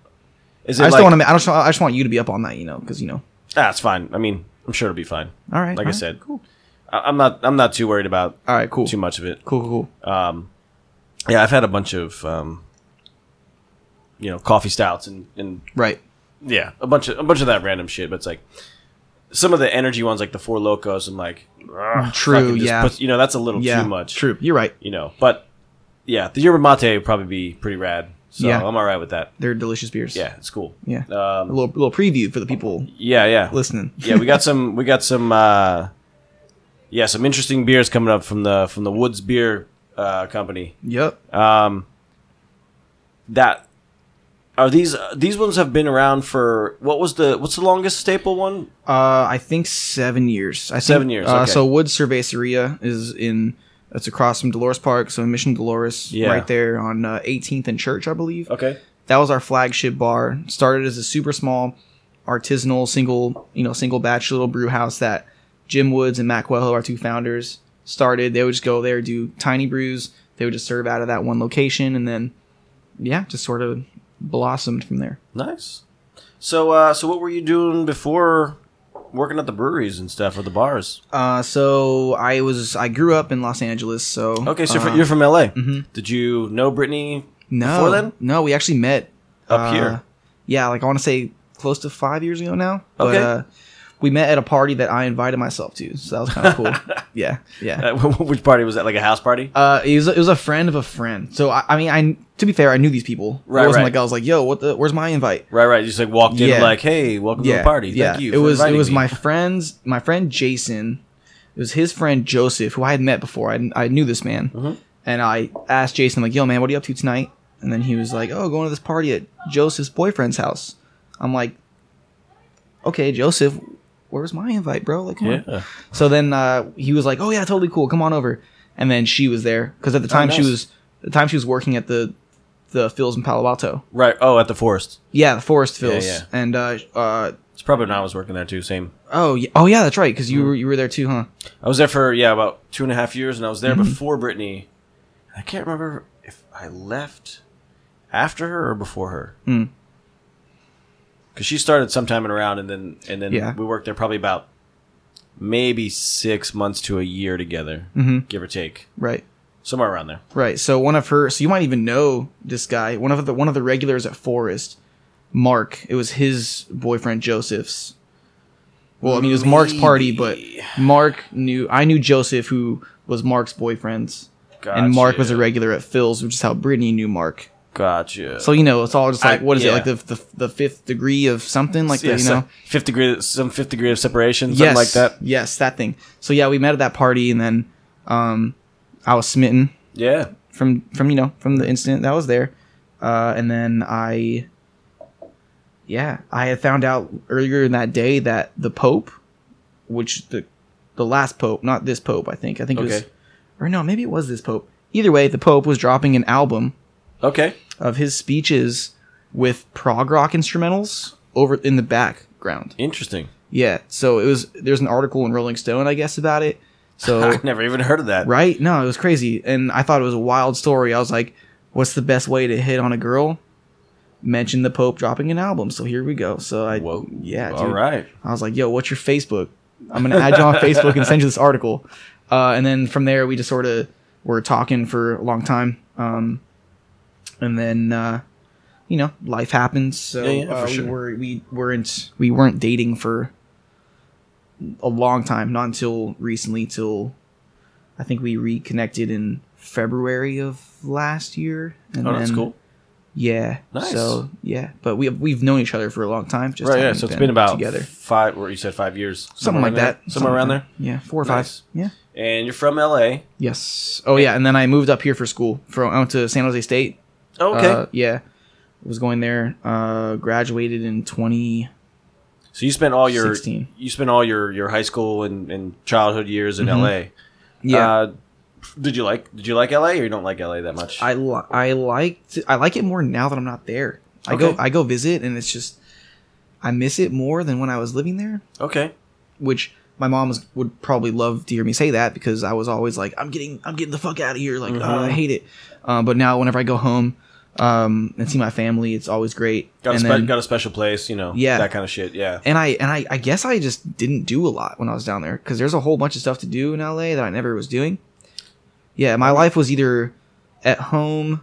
A: Is it
D: I just
A: like,
D: don't want to. I just I just want you to be up all night, you know, because you know.
A: Ah, it's fine. I mean, I'm sure it'll be fine.
D: All right.
A: Like I
D: all right,
A: said,
D: Cool.
A: I, I'm not. I'm not too worried about
D: All right. Cool.
A: too much Uh, of it.
D: Cool. Cool. Cool.
A: Yeah, I've had a bunch of, um, you know, coffee stouts and, and
D: right.
A: yeah, a bunch of a bunch of that random shit. But it's like some of the energy ones, like the Four Locos. I'm like, ugh,
D: True,
A: fucking just
D: yeah.
A: puts- you know, that's a little
D: Yeah.
A: too much.
D: True. You're right.
A: You know, but yeah, the yerba mate would probably be pretty rad. So
D: Yeah.
A: I'm all right with that.
D: They're delicious beers.
A: Yeah, it's cool.
D: Yeah. a
A: Um,
D: little little preview for the people
A: yeah, yeah.
D: listening.
A: yeah, we got some we got some uh yeah, some interesting beers coming up from the from the Woods Beer uh company.
D: Yep.
A: That are these uh, these ones have been around for what was the what's the longest staple one?
D: Uh, I think seven years. I think,
A: Seven years,
D: Uh,
A: okay.
D: So Woods Cerveceria is in. That's across from Dolores Park, so Mission Dolores,
A: Yeah.
D: right there on uh, 18th and Church, I believe.
A: Okay.
D: That was our flagship bar. Started as a super small artisanal single you know single batch little brew house that Jim Woods and Matt Coelho, our two founders, started. They would just go there, do tiny brews. They would just serve out of that one location, and then yeah, just sort of blossomed from there.
A: Nice. So, uh, so what were you doing before working at the breweries and stuff or the bars?
D: Uh, so I was I grew up in Los Angeles, so
A: Okay, so
D: uh,
A: fr- you're from LA. Did you know Brittany
D: no,
A: before then?
D: no, we actually met
A: Up
D: uh,
A: here.
D: Yeah, like I want to say close to five years ago now. But,
A: Okay.
D: uh, we met at a party that I invited myself to, so that was kind of cool. yeah, yeah.
A: Uh, which party was that? Like a house party?
D: Uh, it was it was a friend of a friend. So I, I mean, I to be fair, I knew these people.
A: Right,
D: it wasn't
A: right.
D: like I was like, "Yo, what the? Where's my invite?"
A: right, right. You just like walked in
D: yeah.
A: like, "Hey, welcome to the party.
D: yeah.
A: Thank you."
D: It
A: for
D: was it
A: inviting
D: was
A: me."
D: my friends, my friend Jason. It was his friend Joseph, who I had met before. I, I knew this man,
A: Mm-hmm.
D: and I asked Jason like, "Yo, man, what are you up to tonight?" And then he was like, "Oh, going to this party at Joseph's boyfriend's house." I'm like, "Okay, Joseph, where's my invite, bro? Like, come on."
A: yeah.
D: So then uh, he was like, "Oh yeah, totally cool. Come on over." And then she was there because at the time she
A: Oh, nice.
D: was the time she was working at the the Phils in Palo Alto.
A: Right. Oh, at the forest.
D: Yeah, the Forest Phils.
A: yeah.
D: And uh, uh,
A: It's probably when I was working there too. Same.
D: oh yeah, oh yeah, that's right because
A: Mm-hmm.
D: you were you were there too, huh?
A: I was there for yeah about two and a half years, and I was
D: Mm-hmm.
A: there before Brittany. I can't remember if I left after her or before her.
D: Hmm.
A: Because she started sometime in around, and then and then
D: Yeah.
A: we worked there probably about maybe six months to a year together,
D: Mhm.
A: give or take,
D: Right,
A: somewhere around there.
D: right. So one of her, so you might even know this guy. One of the one of the regulars at Forest, Mark. It was his boyfriend Joseph's. Well, I mean, it was Mark's party, but
A: Maybe.
D: Mark knew I knew Joseph, who was Mark's boyfriend's, and Mark was a
A: Gotcha.
D: regular at Phil's, which is how Brittany knew Mark.
A: Gotcha.
D: So you know, it's all just like
A: I-
D: what is
A: yeah.
D: it like the, the the fifth degree of something like
A: yeah,
D: that, you
A: so-
D: know?
A: fifth degree, some fifth degree of separation, something
D: yes,
A: like that.
D: Yes, that thing. So yeah, we met at that party, and then um, I was smitten
A: Yeah.
D: from from you know from the instant that I was there, uh, and then I, yeah, I had found out earlier in that day that the Pope, which the the last Pope, not this Pope, I think, I think it was,
A: Okay.
D: or no, maybe it was this Pope. Either way, the Pope was dropping an album
A: Okay.
D: of his speeches with prog rock instrumentals over in the background.
A: Interesting.
D: Yeah, so it was there's an article in Rolling Stone, I guess, about it. So
A: I never even heard of that.
D: right? No, it was crazy, and I thought it was a wild story. I was like, "What's the best way to hit on a girl?" Mention the Pope dropping an album. So here we go. So I
A: Whoa.
D: yeah, dude.
A: All right. Oh,
D: I was like, "Yo, what's your Facebook? I'm gonna add you on Facebook and send you this article." Uh, and then from there, we just sort of were talking for a long time, um, and then uh, you know, life happens. So
A: Yeah, yeah,
D: uh,
A: for
D: we
A: sure.
D: were we weren't we weren't dating for a long time, not until recently, till I think we reconnected in February of last year. And
A: Oh, that's
D: then-
A: cool.
D: Yeah.
A: Nice.
D: So yeah, but we we've known each other for a long time. Just
A: Right. Yeah.
D: haven't
A: So it's been about
D: together
A: five. What you said? Five years.
D: something like
A: around there. Somewhere
D: that. Something
A: around
D: like
A: there.
D: that. Yeah, four or
A: Nice.
D: five. Yeah.
A: And you're from LA.
D: Yes. Oh yeah, and then I moved up here for school. From I went to San Jose State.
A: Okay.
D: Uh, yeah, was going there. Uh, graduated in twenty.
A: so you spent all your
D: 16.
A: you spent all your your high school and, and childhood years in
D: Mm-hmm.
A: LA.
D: Yeah.
A: Uh, did you like Did you like LA or you don't like LA that much?
D: I li- I liked I like it more now that I'm not there. I go
A: Okay.
D: I go visit and it's just I miss it more than when I was living there.
A: okay.
D: Which my mom was, would probably love to hear me say that because I was always like I'm getting I'm getting the fuck out of here like "Oh, I hate it. Uh, but now whenever I go home um, and see my family, it's always great.
A: Got a
D: and
A: spe-
D: then-
A: got a special place. You know.
D: Yeah.
A: That kind of shit. Yeah.
D: and I and I, I guess I just didn't do a lot when I was down there because there's a whole bunch of stuff to do in LA that I never was doing. Yeah, my life was either at home,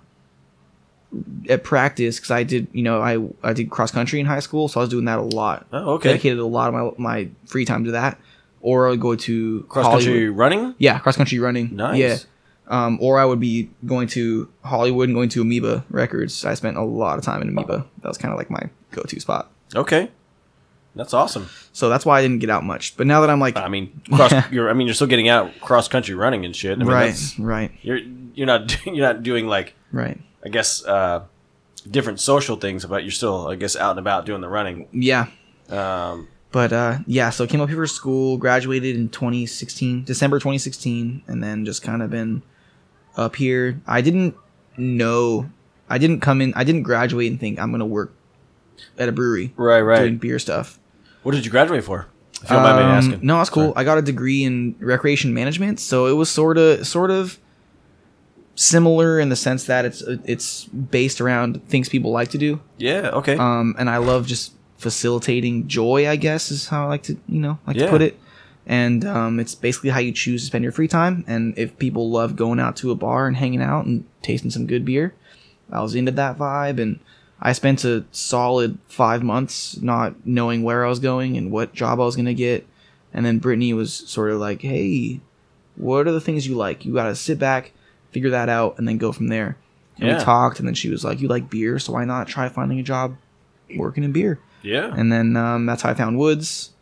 D: at practice because I did you know I I did cross country in high school, so I was doing that a lot.
A: Oh, okay.
D: dedicated a lot of my my free time to that, or I would go to
A: Cross country
D: Hollywood.
A: running.
D: Yeah, cross country running.
A: Nice.
D: Yeah. Um, or I would be going to Hollywood and going to Amoeba Records. I spent a lot of time in Amoeba. That was kind of like my go-to spot.
A: Okay. That's awesome.
D: So that's why I didn't get out much. But now that I'm like,
A: I mean, cross, you're. I mean, you're still getting out cross country running and shit. I mean,
D: right,
A: that's-
D: right,
A: You're you're not you're not doing like
D: right.
A: I guess uh, different social things, but you're still I guess out and about doing the running.
D: Yeah.
A: Um,
D: But uh, yeah, so I came up here for school, graduated in 2016, December 2016, and then just kind of been up here. I didn't know, I didn't come in, I didn't graduate and think I'm going to work at a brewery,
A: Right, right.
D: doing beer stuff.
A: What did you graduate for? If you don't mind me
D: Um,
A: asking.
D: No, that's cool. I got a degree in recreation management, so it was sort of sort of similar in the sense that it's it's based around things people like to do.
A: Yeah. Okay.
D: Um, and I love just facilitating joy. I guess is how I like to you know like
A: Yeah.
D: to put it. And um, it's basically how you choose to spend your free time. And if people love going out to a bar and hanging out and tasting some good beer, I was into that vibe. And I spent a solid five months not knowing where I was going and what job I was gonna get. And then Brittany was sort of like, "Hey, what are the things you like? You gotta sit back, figure that out, and then go from there." And
A: Yeah.
D: we talked, and then she was like, "You like beer, so why not try finding a job working in beer?"
A: yeah.
D: And then um, that's how I found Woods,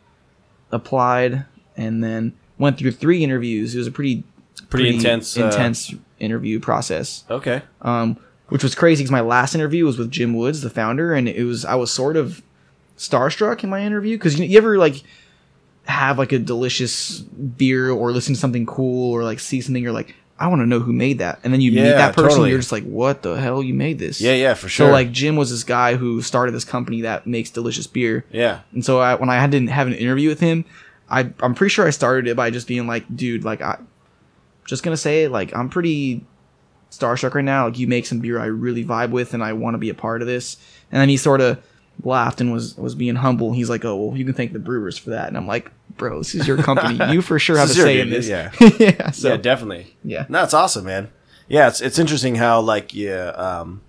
D: applied, and then went through three interviews. It was a pretty
A: Pretty intense, uh,
D: intense interview process,
A: Okay.
D: um, which was crazy because my last interview was with Jim Woods, the founder, and it was I was sort of starstruck in my interview because you, you ever like have like a delicious beer or listen to something cool or like see something you're like I want to know who made that, and then you meet
A: Yeah,
D: that person,
A: totally.
D: you're just like, what the hell, you made this?
A: Yeah. Yeah. For sure.
D: So like Jim was this guy who started this company that makes delicious beer.
A: Yeah.
D: And so I, when I didn't have an interview with him, I, I'm pretty sure I started it by just being like, dude, like I, just gonna say it, like I'm pretty starstruck right now. Like you make some beer I really vibe with, and I want to be a part of this. And then he sort of laughed and was was being humble. He's like, oh well, you can thank the brewers for that. And I'm like, bro, this is your company. You for sure have a
A: This is your
D: say in
A: dude,
D: this.
A: yeah.
D: yeah. So
A: yeah. Definitely.
D: yeah.
A: No, it's awesome, man. Yeah, it's it's interesting how like yeah, um,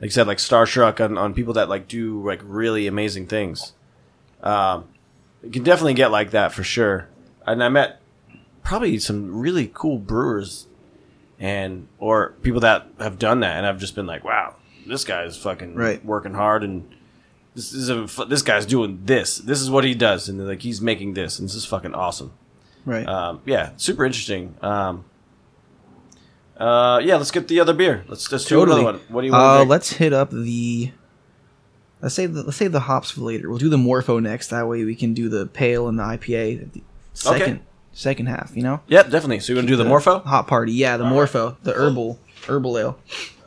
A: like you said, like starstruck on on people that like do like really amazing things. Um, you can definitely get like that for sure. And I met probably some really cool brewers and or people that have done that, and I've just been like, wow, this guy's fucking
D: Right.
A: working hard and. This is a fu- this guy's doing this. This is what he does, and like he's making this, and this is fucking awesome
D: Right.
A: um, yeah, super interesting. Um, uh, yeah, let's get the other beer. Let's let's do
D: Totally.
A: another one. What do you
D: Uh,
A: want?
D: let's hit up the. Let's save the, let's save the hops for later. We'll do the Morpho next. That way we can do the pale and the IPA at the second second half. You know,
A: Yep, definitely. So you want to do the, Morpho?
D: hop party. Yeah, the Morpho, the herbal herbal ale.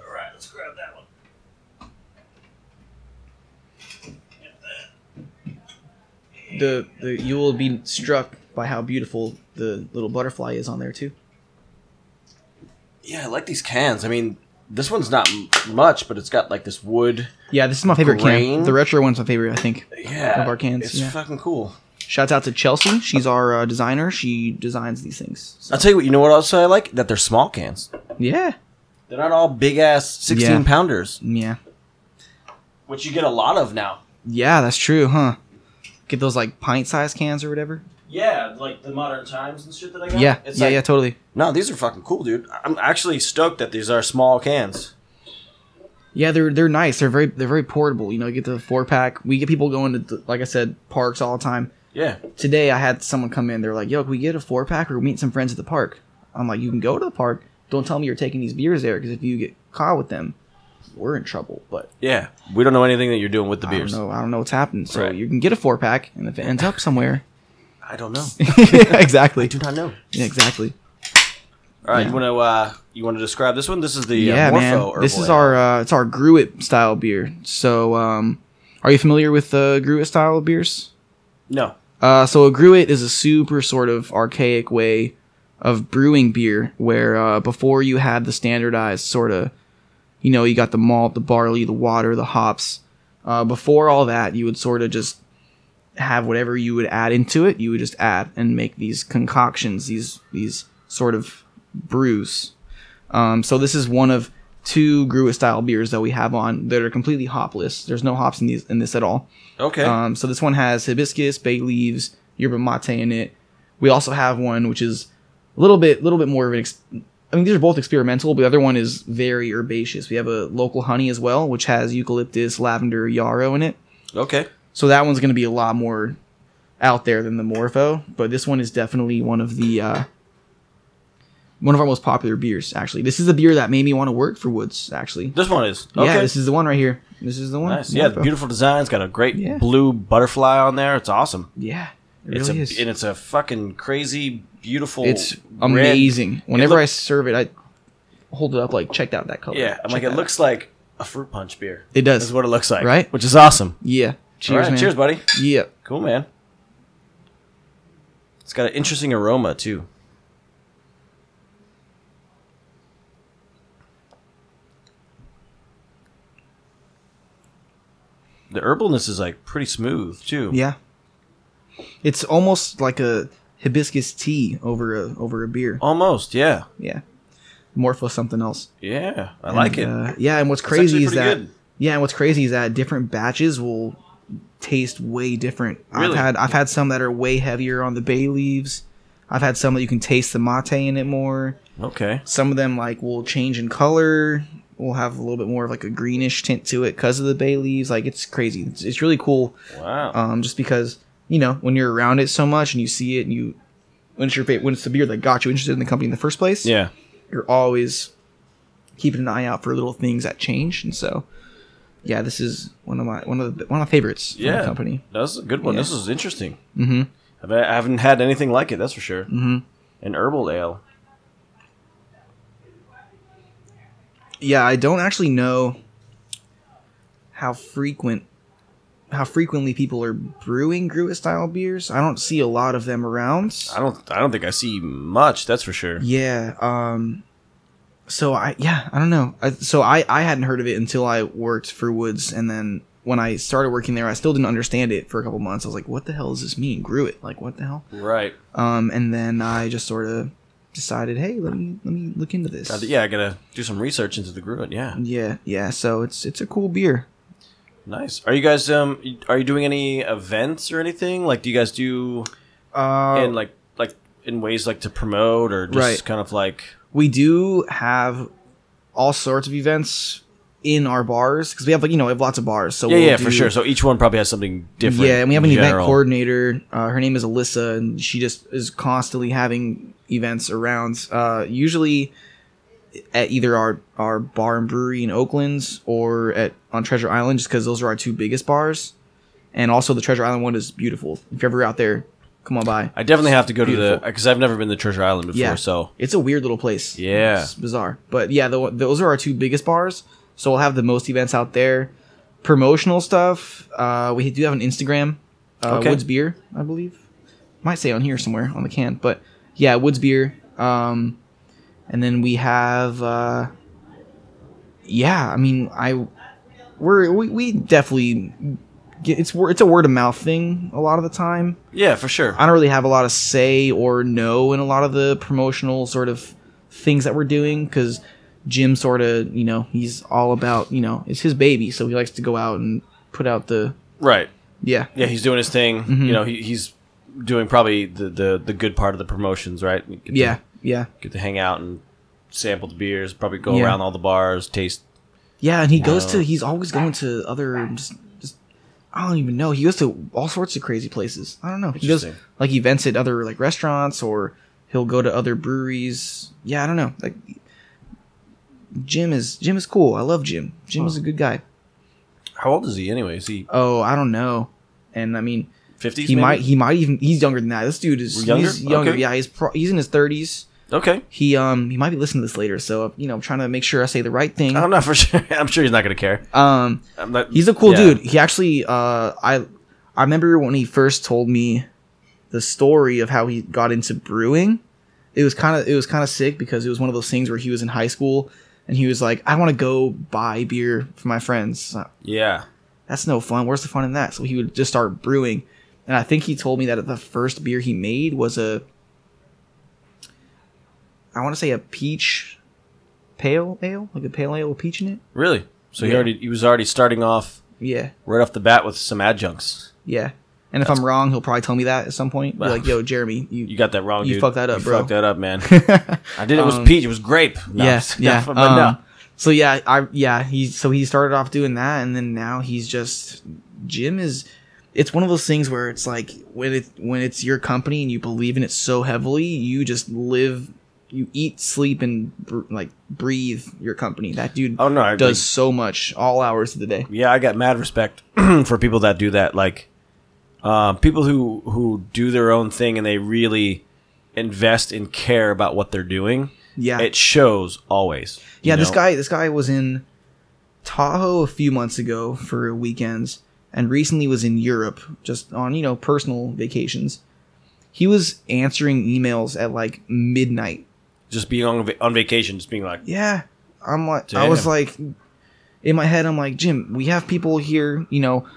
A: All right, let's grab that one.
D: The, the you will be struck by how beautiful the little butterfly is on there too.
A: Yeah, I like these cans. I mean, this one's not m- much, but it's got like this wood.
D: Yeah, this is my favorite
A: Grain?
D: can. The retro one's my favorite, I think.
A: Yeah,
D: Of our cans,
A: It's
D: yeah.
A: fucking cool.
D: Shouts out to Chelsea. She's our uh, designer. She designs these things. So,
A: I'll tell you what. You know what else I like? That they're small cans.
D: yeah,
A: They're not all big ass sixteen
D: Yeah.
A: pounders,
D: yeah,
A: which you get a lot of now.
D: yeah. That's true, huh? Get those like pint sized cans or whatever.
A: Yeah, like the modern times and shit that I got.
D: Yeah,
A: It's
D: yeah,
A: like-
D: yeah, totally.
A: No, these are fucking cool, dude. I'm actually stoked that these are small cans.
D: Yeah, they're they're nice. They're very they're very portable. You know, you get the four pack. We get people going to the, like I said parks all the time.
A: Yeah.
D: Today I had someone come in. They're like, "Yo, can we get a four pack or meet some friends at the park?" I'm like, "You can go to the park. Don't tell me you're taking these beers there because if you get caught with them, we're in trouble." But
A: Yeah, we don't know anything that you're doing with the
D: I don't
A: beers.
D: know. I don't know what's happened. So
A: Right.
D: you can get a four pack, and if it ends up somewhere,
A: I don't know.
D: exactly,
A: do not know.
D: yeah, exactly.
A: All right,
D: Yeah.
A: you want to uh, you want to describe this one? This is the
D: Yeah,
A: uh, Morpho
D: man.
A: Herbal
D: This is
A: Ale.
D: our uh, it's our Gruit style beer. So, um, are you familiar with the Gruit style of beers?
A: no.
D: Uh, so a gruit is a super sort of archaic way of brewing beer, where uh, before you had the standardized sort of, you know, you got the malt, the barley, the water, the hops. Uh, before all that, you would sort of just have whatever you would add into it. You would just add and make these concoctions, these these sort of brews. Um, so this is one of two gruit style beers that we have on that are completely hopless. There's no hops in these in this at all.
A: Okay.
D: Um, so this one has hibiscus, bay leaves, yerba mate in it. We also have one which is a little bit, little bit more of an. Ex- I mean, these are both experimental, but the other one is very herbaceous. We have a local honey as well, which has eucalyptus, lavender, yarrow in it.
A: okay.
D: So that one's going to be a lot more out there than the Morpho, but this one is definitely one of the uh, one of our most popular beers. Actually, this is the beer that made me want to work for Woods. Actually,
A: This one is okay.
D: yeah, this is the one right here. This is the one.
A: nice. Yeah,
D: Morpho.
A: beautiful design. It's got a great
D: Yeah.
A: blue butterfly on there. It's awesome.
D: Yeah, it
A: it's
D: really
A: a
D: is.
A: and it's a fucking crazy beautiful.
D: It's
A: red-
D: amazing. Whenever
A: look-
D: I serve it, I hold it up like checked out that color.
A: Yeah, I'm
D: Check
A: like it
D: that
A: looks like a fruit punch beer.
D: It does.
A: That's what it looks like,
D: Right?
A: Which is awesome.
D: Yeah. Cheers,
A: All right,
D: man.
A: cheers, buddy.
D: Yeah.
A: Cool, man. It's got an interesting aroma too. The herbalness is like pretty smooth too.
D: Yeah. It's almost like a hibiscus tea over a over a beer.
A: Almost, yeah.
D: Yeah. More for something else.
A: Yeah. I like it.
D: And, uh, yeah, and what's
A: actually
D: crazy is
A: pretty
D: that
A: good.
D: yeah, and what's crazy is that different batches will taste way different.
A: Really?
D: I've had I've had some that are way heavier on the bay leaves. I've had some that you can taste the mate in it more.
A: okay.
D: Some of them like will change in color. Will have a little bit more of like a greenish tint to it because of the bay leaves. Like it's crazy. It's, it's really cool.
A: Wow.
D: Um, just because you know when you're around it so much and you see it and you when it's your favorite when it's the beer that got you interested in the company in the first place
A: yeah.
D: you're always keeping an eye out for little things that change and so yeah this is one of my one of the one of my favorites from
A: Yeah.
D: the company
A: That's a good one.
D: Yeah.
A: This is interesting.
D: Mhm.
A: I bet- I haven't had anything like it, that's for sure.
D: Mhm.
A: An herbal ale.
D: yeah i don't actually know how frequent how frequently people are brewing gruit style beers i don't see a lot of them around
A: I don't I don't think I see much, that's for sure.
D: yeah um so i yeah i don't know I, so i i hadn't heard of it until i worked for woods and then when i started working there i still didn't understand it for a couple months i was like what the hell does this mean gruit like what the hell
A: Right.
D: um, and then I just sort of decided, hey, let me let me look into this.
A: Uh, yeah, I gotta do some research into the Gruit. Yeah,
D: yeah, yeah. So it's it's a cool beer.
A: nice. Are you guys um? y- Are you doing any events or anything? Like, do you guys do
D: Uh,
A: in like like in ways like to promote or just
D: Right.
A: kind of like
D: we do have all sorts of events in our bars because we have like you know we have lots of bars. So
A: yeah,
D: we'll
A: yeah,
D: do-
A: for sure. So each one probably has something different.
D: Yeah, and we have
A: in
D: an event
A: general.
D: coordinator. Uh, her name is Alyssa, and she just is constantly having events around. Uh, usually at either our our bar and brewery in Oakland's or at on Treasure Island, just because those are our two biggest bars. And also the Treasure Island one is beautiful. If you're ever out there, come on by.
A: I definitely have to go to the
D: Beautiful.
A: because I've never been to Treasure Island before.
D: Yeah.
A: So
D: It's a weird little place.
A: Yeah.
D: It's bizarre. But yeah, tho- those are our two biggest bars. So we'll have the most events out there. Promotional stuff. Uh, we do have an Instagram, uh,
A: Okay.
D: Woods Beer, I believe. Might say on here somewhere on the can, but yeah, Woods Beer. Um, and then we have, uh, yeah. I mean, I we're we, we definitely get, it's wor- it's a word of mouth thing a lot of the time.
A: yeah, for sure.
D: I don't really have a lot of say or no in a lot of the promotional sort of things that we're doing because Jim sort of, you know, he's all about, you know, it's his baby, so he likes to go out and put out the
A: right.
D: yeah.
A: Yeah, he's doing his thing. You know, he, he's doing probably the, the the good part of the promotions. Right. Get to-
D: Yeah. Yeah.
A: get to hang out and sample the beers. Probably go
D: Yeah.
A: around all the bars, taste.
D: Yeah, and he goes
A: Wow.
D: to he's always going to other just, just I don't even know. He goes to all sorts of crazy places. I don't know. He goes
A: Interesting.
D: like events at other like restaurants or he'll go to other breweries. Yeah, I don't know. Like Jim is Jim is cool. I love Jim. Jim is a good guy.
A: How old is he anyway? Is he
D: Oh, I don't know. And I mean,
A: fifties?
D: he might he might even he's younger than that. This dude is
A: Younger?
D: he's younger.
A: Okay.
D: Yeah, he's pro, he's in his thirties.
A: Okay,
D: He um he might be listening to this later, so you know I'm trying to make sure I say the right thing.
A: I'm not for sure. I'm sure he's not gonna care.
D: Um,
A: I'm not,
D: he's a cool
A: yeah.
D: dude. He actually uh I I remember when he first told me the story of how he got into brewing. It was kind of it was kind of sick because it was one of those things where he was in high school and he was like, I want to go buy beer for my friends.
A: Yeah,
D: that's no fun. Where's the fun in that? So he would just start brewing. And I think he told me that the first beer he made was a, I want to say a peach pale ale, like a pale ale with peach in it.
A: really. So he
D: Yeah.
A: already he was already starting off
D: Yeah,
A: right off the bat with some adjuncts.
D: yeah. And if I'm wrong, he'll probably tell me that at some point. Be like, yo, Jeremy, you,
A: You got that wrong,
D: You
A: dude.
D: fucked that up,
A: you
D: bro.
A: Fucked that up, man. I did it was peach. It was grape. No,
D: yes,
A: no,
D: yeah.
A: but
D: um,
A: no.
D: So yeah, I yeah he so he started off doing that, and then now he's just Jim is. It's one of those things where it's like when it when it's your company and you believe in it so heavily, you just live, you eat, sleep, and br- like breathe your company. That dude
A: Oh, no, I agree.
D: does so much all hours of the day.
A: yeah, I got mad respect for people that do that. Like uh, people who who do their own thing and they really invest and care about what they're doing.
D: Yeah,
A: It shows always.
D: yeah.
A: you
D: This
A: know?
D: guy this guy was in Tahoe a few months ago for weekends, and recently was in Europe just on you know personal vacations. He was answering emails at like midnight.
A: Just being on, va- on vacation, just being like,
D: Yeah, I'm like I was
A: Damn.
D: like, in my head I'm like Jim, we have people here, you know.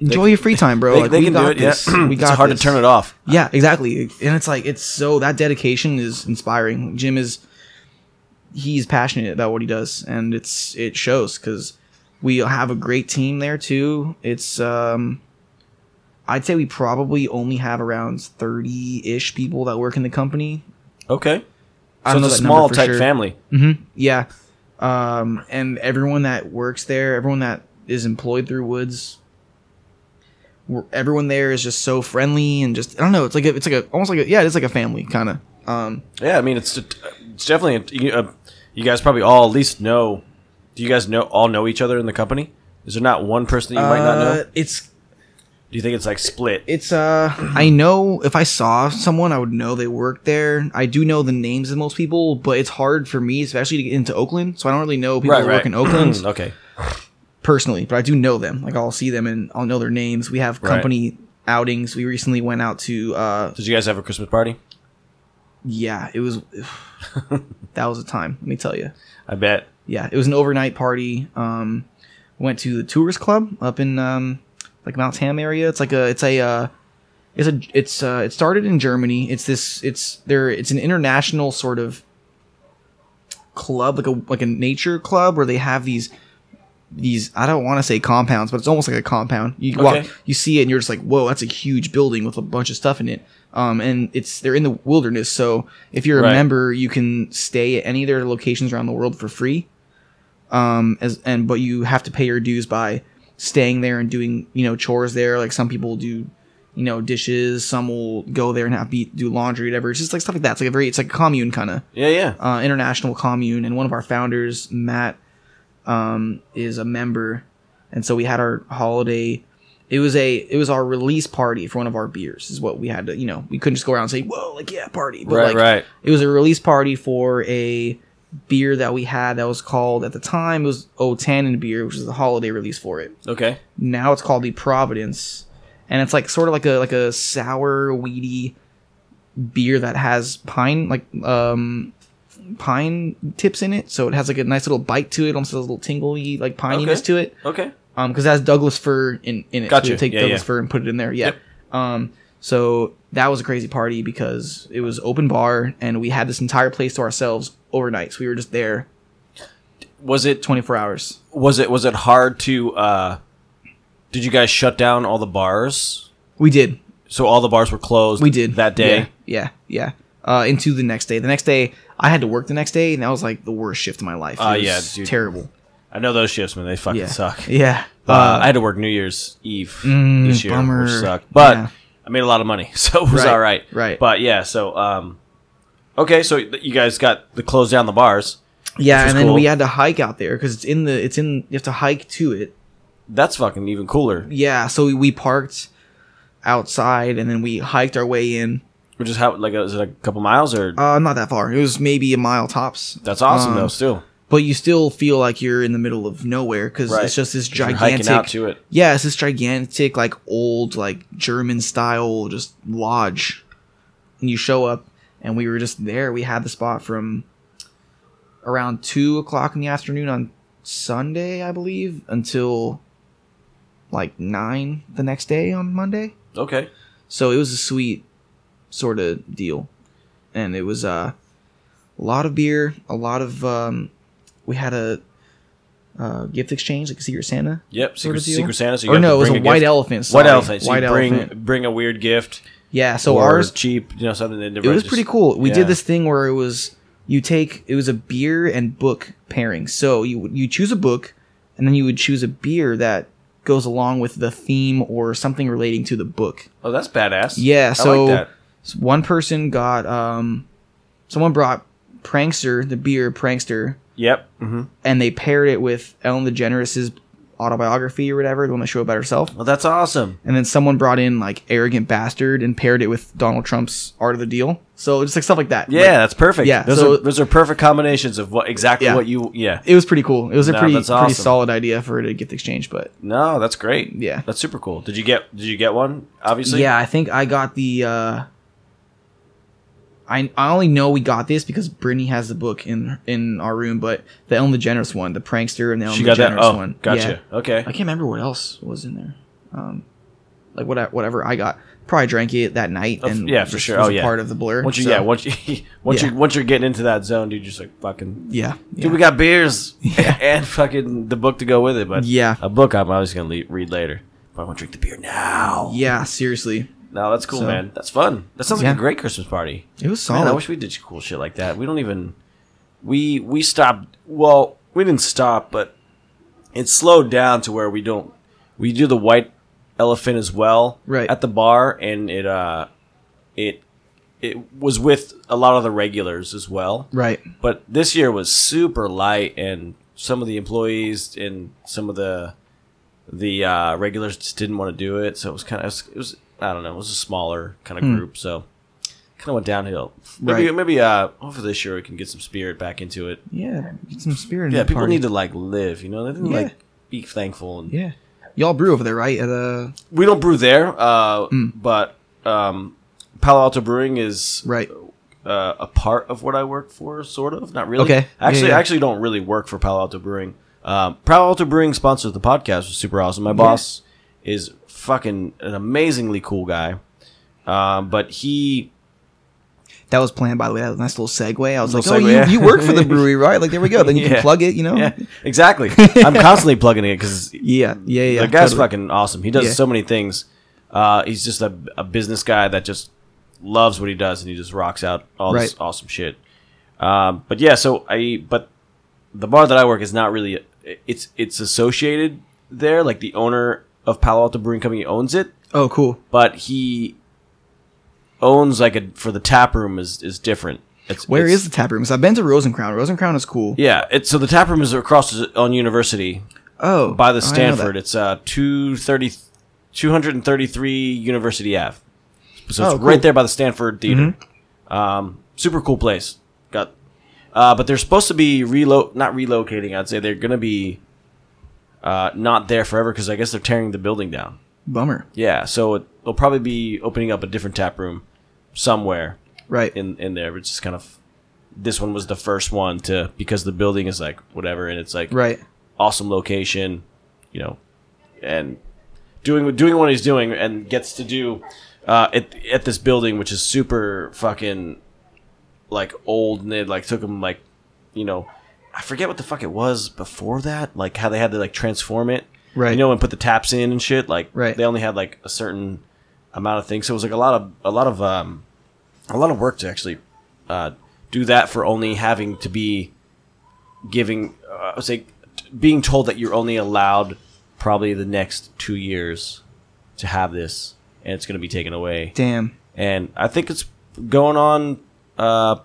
D: Enjoy your free time, bro.
A: they,
D: like
A: they
D: we
A: can
D: got
A: do it.
D: this.
A: Yeah.
D: we got
A: it's hard
D: this.
A: to turn it off.
D: Yeah, exactly. And it's like it's so that dedication is inspiring. Jim is he's passionate about what he does and it's it shows cuz we have a great team there too. It's um I'd say we probably only have around 30-ish people that work in the company.
A: Okay.
D: I
A: So
D: don't know
A: it's a
D: that number
A: small
D: for
A: type
D: sure.
A: family.
D: Mhm. Yeah. Um, and everyone that works there, everyone that is employed through Woods, we're- everyone there is just so friendly and just I don't know. It's like a, it's like a almost like a yeah, it's like a family kind of. Um,
A: Yeah, I mean, it's it's definitely you, uh, you guys probably all at least know. Do you guys know all know each other in the company? Is there not one person that you might not know?
D: uh, It's
A: Do you think it's like split?
D: it's uh, I know if I saw someone, I would know they worked there. I do know the names of most people, but it's hard for me, especially to get into Oakland. So I don't really know people that work in Oakland.
A: okay.
D: personally, but I do know them. Like I'll see them and I'll know their names. We have
A: Right.
D: company outings. We recently went out to uh
A: Did you guys have a Christmas party?
D: yeah, it was that was a time, let me tell you.
A: I bet.
D: Yeah, it was an overnight party. Um went to the tourist club up in um like Mount Tam area. It's like a it's a uh it's a it's uh it started in Germany. It's this it's there it's an international sort of club like a like a nature club where they have these these I don't want to say compounds, but it's almost like a compound. You walk,
A: Okay.
D: you see it, and you're just like, whoa, that's a huge building with a bunch of stuff in it. Um, and it's they're in the wilderness, so if you're a
A: Right.
D: member, you can stay at any of their locations around the world for free. Um, as and but you have to pay your dues by staying there and doing you know chores there. Like some people do, you know, dishes. Some will go there and have be do laundry, whatever. It's just like stuff like that. It's like a very it's like a commune kind of
A: Yeah, yeah.
D: uh, international commune, and one of our founders, Matt, um, is a member, and so we had our holiday. It was a it was our release party for one of our beers. Is what we had to you know we couldn't just go around and say whoa like yeah party but
A: right,
D: like
A: right.
D: it was a release party for a beer that we had that was called at the time it was O Tannin beer which was the holiday release for it.
A: Okay.
D: Now it's called the Providence, and it's like sort of like a like a sour weedy beer that has pine like um pine tips in it, so it has like a nice little bite to it, almost a little tingly like pininess
A: Okay.
D: to it.
A: Okay.
D: Um, because it has Douglas fir in in it.
A: Gotcha.
D: So you take
A: Yeah,
D: Douglas
A: yeah.
D: fir and put it in there. Yeah.
A: Yep.
D: Um, so that was a crazy party because it was open bar and we had this entire place to ourselves overnight. So we were just there
A: Was it
D: twenty four hours.
A: was it was it hard to uh did you guys shut down all the bars?
D: We did.
A: So all the bars were closed
D: We did
A: that day.
D: Yeah, yeah. yeah. Uh, into the next day. The next day, I had to work the next day, and that was like the worst shift of my life.
A: Ah,
D: It was
A: yeah, dude.
D: terrible.
A: I know those shifts, man, they fucking
D: Yeah,
A: suck.
D: Yeah.
A: Uh,
D: Uh,
A: I had to work New Year's Eve
D: Mm,
A: this year,
D: bummer.
A: which sucked. But
D: Yeah.
A: I made a lot of money, so it was
D: Right,
A: all right.
D: right.
A: But yeah, so um, okay, so th- you guys got the close down the bars.
D: yeah,
A: was
D: and then
A: cool.
D: we had to hike out there because it's in the it's in you have to hike to it.
A: That's fucking even cooler.
D: Yeah, so we, we parked outside and then we hiked our way in.
A: Which is how like uh, is it a couple miles or
D: Uh, not that far. It was maybe a mile tops.
A: that's awesome
D: um,
A: though. Still,
D: But you still feel like you're in the middle of nowhere because
A: Right.
D: it's just this
A: You're hiking out
D: gigantic
A: to it.
D: Yeah, it's this gigantic, like old, like German style, just lodge. And you show up, and we were just there. We had the spot from around two o'clock in the afternoon on Sunday, I believe, until like nine the next day on Monday.
A: Okay,
D: So it was a sweet sort of deal, and it was uh, a lot of beer, a lot of um, we had a uh, gift exchange, like a Secret Santa
A: yep.
D: sort
A: Secret,
D: of deal?
A: Secret Santa. So you
D: or
A: have
D: no,
A: to
D: it was a
A: bring
D: white
A: gift.
D: elephant.
A: White
D: sorry.
A: elephant. So
D: white
A: you bring
D: elephant.
A: bring a weird gift.
D: Yeah. So
A: or
D: ours,
A: cheap. You know something. That
D: it was pretty cool. We
A: yeah.
D: did this thing where it was you take it was a beer and book pairing. So you would- you choose a book, and then you would choose a beer that goes along with the theme or something relating to the book.
A: Oh, that's badass.
D: Yeah.
A: I
D: So
A: like that.
D: s- one person got um, someone brought prankster the beer prankster,
A: Yep. Mm-hmm.
D: and they paired it with Ellen DeGeneres' autobiography or whatever, the one that showed about herself.
A: Well, that's awesome.
D: And then someone brought in like arrogant bastard and paired it with Donald Trump's Art of the Deal. So just like stuff like that.
A: Yeah,
D: Like,
A: that's perfect.
D: yeah,
A: those
D: so-
A: are those are perfect combinations of what exactly
D: Yeah.
A: what you. Yeah,
D: it was pretty cool. It was a
A: No,
D: pretty
A: that's
D: pretty
A: awesome.
D: solid idea for a gift exchange, but
A: no, that's great.
D: Yeah.
A: that's super cool. Did you get Did you get one? Obviously,
D: yeah, I think I got the. Uh, I I only know we got this because Brittany has the book in in our room, but the Ellen DeGeneres one, the prankster, and the Ellen
A: she got
D: DeGeneres
A: that. Oh,
D: one.
A: gotcha.
D: Yeah.
A: Okay,
D: I can't remember what else was in there. Um, like what I- whatever I got, probably drank it that night,
A: Of-
D: and
A: yeah,
D: it
A: for
D: just
A: sure.
D: was
A: Oh,
D: a
A: yeah.
D: part of the blur.
A: once you
D: so-
A: yeah once you once
D: Yeah.
A: you once you're getting into that zone, dude, just like fucking.
D: yeah,
A: Dude, we got beers and fucking the book to go with it, but
D: Yeah.
A: a book I'm obviously gonna le- read later. But I want to drink the beer now.
D: yeah. Seriously,
A: No, that's cool,
D: So-
A: man. That's fun. That sounds
D: Yeah.
A: like a great Christmas party.
D: it was
A: Man,
D: solid.
A: I wish we did cool shit like that. We don't even we we stopped. Well, we didn't stop, but it slowed down to where we don't we do the white elephant as well
D: Right.
A: at the bar, and it uh it it was with a lot of the regulars as well.
D: right.
A: But this year was super light, and some of the employees and some of the the uh, regulars just didn't want to do it. So it was kind of it was I don't know it was a smaller kind of group, so kind of went downhill. Maybe
D: Hmm. Right.
A: maybe uh hopefully this year we can get some spirit back into it.
D: Yeah, get some spirit.
A: Yeah,
D: in the
A: people
D: party.
A: need to like live. You know, they didn't
D: Yeah.
A: like be thankful. And
D: Yeah, y'all brew over there, right? At uh,
A: we don't brew there, uh,
D: Hmm.
A: but um, Palo Alto Brewing is
D: right.
A: uh, a part of what I work for, sort of. Not really.
D: Okay. Yeah,
A: Actually,
D: yeah.
A: I actually don't really work for Palo Alto Brewing. Um, Palo Alto Brewing sponsored the podcast, was super awesome. My boss is fucking an amazingly cool guy, um, but he
D: That was planned, by the way. That was a nice little segue. I was
A: Little
D: like,
A: segue,
D: oh, you,
A: yeah.
D: you work for the brewery, right? Like, there we go. Then you
A: Yeah.
D: can plug it, you know?
A: yeah, exactly. I'm constantly plugging it because
D: yeah, yeah. yeah,
A: the guy's
D: totally.
A: fucking awesome. He does
D: Yeah.
A: so many things. Uh, he's just a, a business guy that just loves what he does, and he just rocks out all this
D: Right.
A: awesome shit. Um, but yeah, so I but the bar that I work is not really it's it's associated there. Like the owner of Palo Alto Brewing Company owns it,
D: Oh, cool.
A: but he owns like a for the tap room is is different. It's,
D: Where
A: it's-
D: is the tap room? 'Cause I've been to Rosencrown. Rosencrown is cool.
A: yeah? It's so the tap room is across on University.
D: Oh,
A: by the
D: I didn't know
A: Stanford. It's uh 230, 233 University Ave. So it's
D: Oh, cool. Mm-hmm.
A: right there by the Stanford Theater. Um, super cool place. Got, uh, but they're supposed to be relo not relocating. I'd say they're gonna be, uh, not there forever because I guess they're tearing the building down.
D: that. Bummer.
A: Yeah, so it, they'll probably be opening up a different tap room somewhere
D: Right.
A: in in there. It's just kind of this one was the first one to because the building is like whatever and it's like
D: right.
A: awesome location, you know, and doing doing what he's doing and gets to do uh, at at this building, which is super fucking like old and it like took him like you know I forget what the fuck it was before that, like how they had to like transform it,
D: Right.
A: You know, and put the taps in and shit. Like
D: Right.
A: they only had like a certain amount of things, so it was like a lot of a lot of um a lot of work to actually uh, do that for only having to be giving uh, I would say t- being told that you're only allowed probably the next two years to have this and it's going to be taken away
D: Damn.
A: and I think it's going on uh,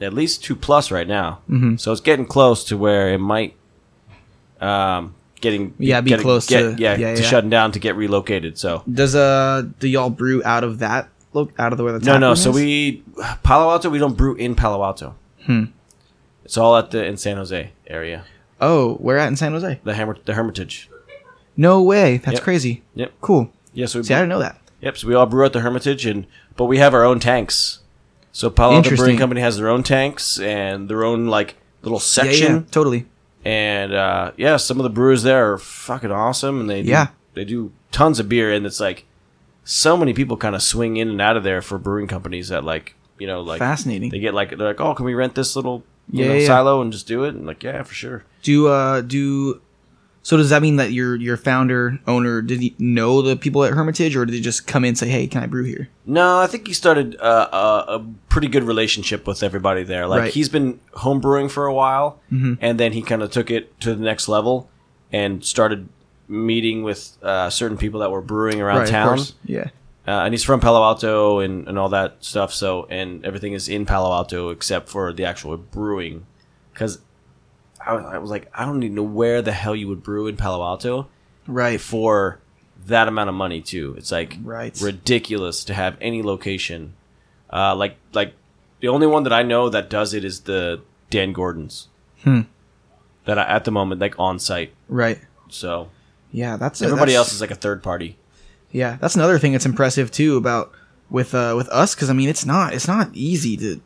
A: at least two plus right now. Mm-hmm. So it's getting close to where it might um, getting
D: Yeah, be
A: getting-
D: close
A: get-
D: to-
A: yeah,
D: yeah,
A: to
D: yeah.
A: shutting down to get relocated. So
D: Does, uh, do y'all brew out of that? Look, out of the way the
A: no,
D: tap
A: no.
D: room
A: So
D: is?
A: we Palo Alto. We don't brew in Palo Alto.
D: Hmm.
A: It's all at the in San Jose area,
D: Oh, we're at in San Jose.
A: the Hammer, the Hermitage.
D: No way. That's
A: Yep.
D: crazy.
A: Yep.
D: Cool.
A: Yeah, so we
D: See, I
A: brew-
D: didn't know that.
A: Yep, so we all brew at the Hermitage, and but we have our own tanks. So Palo Alto Brewing
D: Interesting.
A: Company has their own tanks and their own like little
D: Yeah, yeah,
A: section.
D: yeah, totally.
A: and uh, yeah, some of the brewers there are fucking awesome, and they do,
D: Yeah.
A: they do tons of beer, and it's like so many people kind of swing in and out of there for brewing companies that like you know like
D: Fascinating.
A: they get like they're like oh can we rent this little you
D: Yeah,
A: know,
D: yeah, yeah.
A: silo and just do it and like yeah for sure
D: Do uh do so does that mean that your your founder owner did he know the people at Hermitage or did they just come in and say hey can I brew here?
A: No, I think he started uh, a, a pretty good relationship with everybody there. Like
D: Right. Mm-hmm.
A: he's been homebrewing for a while, and then he kind of took it to the next level and started meeting with uh, certain people that were brewing around
D: Right, of
A: town. Uh,
D: course. Yeah.
A: and he's from Palo Alto and, and all that stuff. So and everything is in Palo Alto except for the actual brewing, because I was, I was like, I don't even know where the hell you would brew in Palo Alto
D: Right.
A: for that amount of money too. It's like
D: Right.
A: ridiculous to have any location. Uh, like like the only one that I know that does it is the Dan Gordon's.
D: Hmm.
A: That I, at the moment like on site.
D: Right.
A: So
D: Yeah, that's
A: everybody
D: that's-
A: else is like a third party.
D: Yeah, that's another thing that's impressive too about with uh, with us because I mean it's not it's not easy to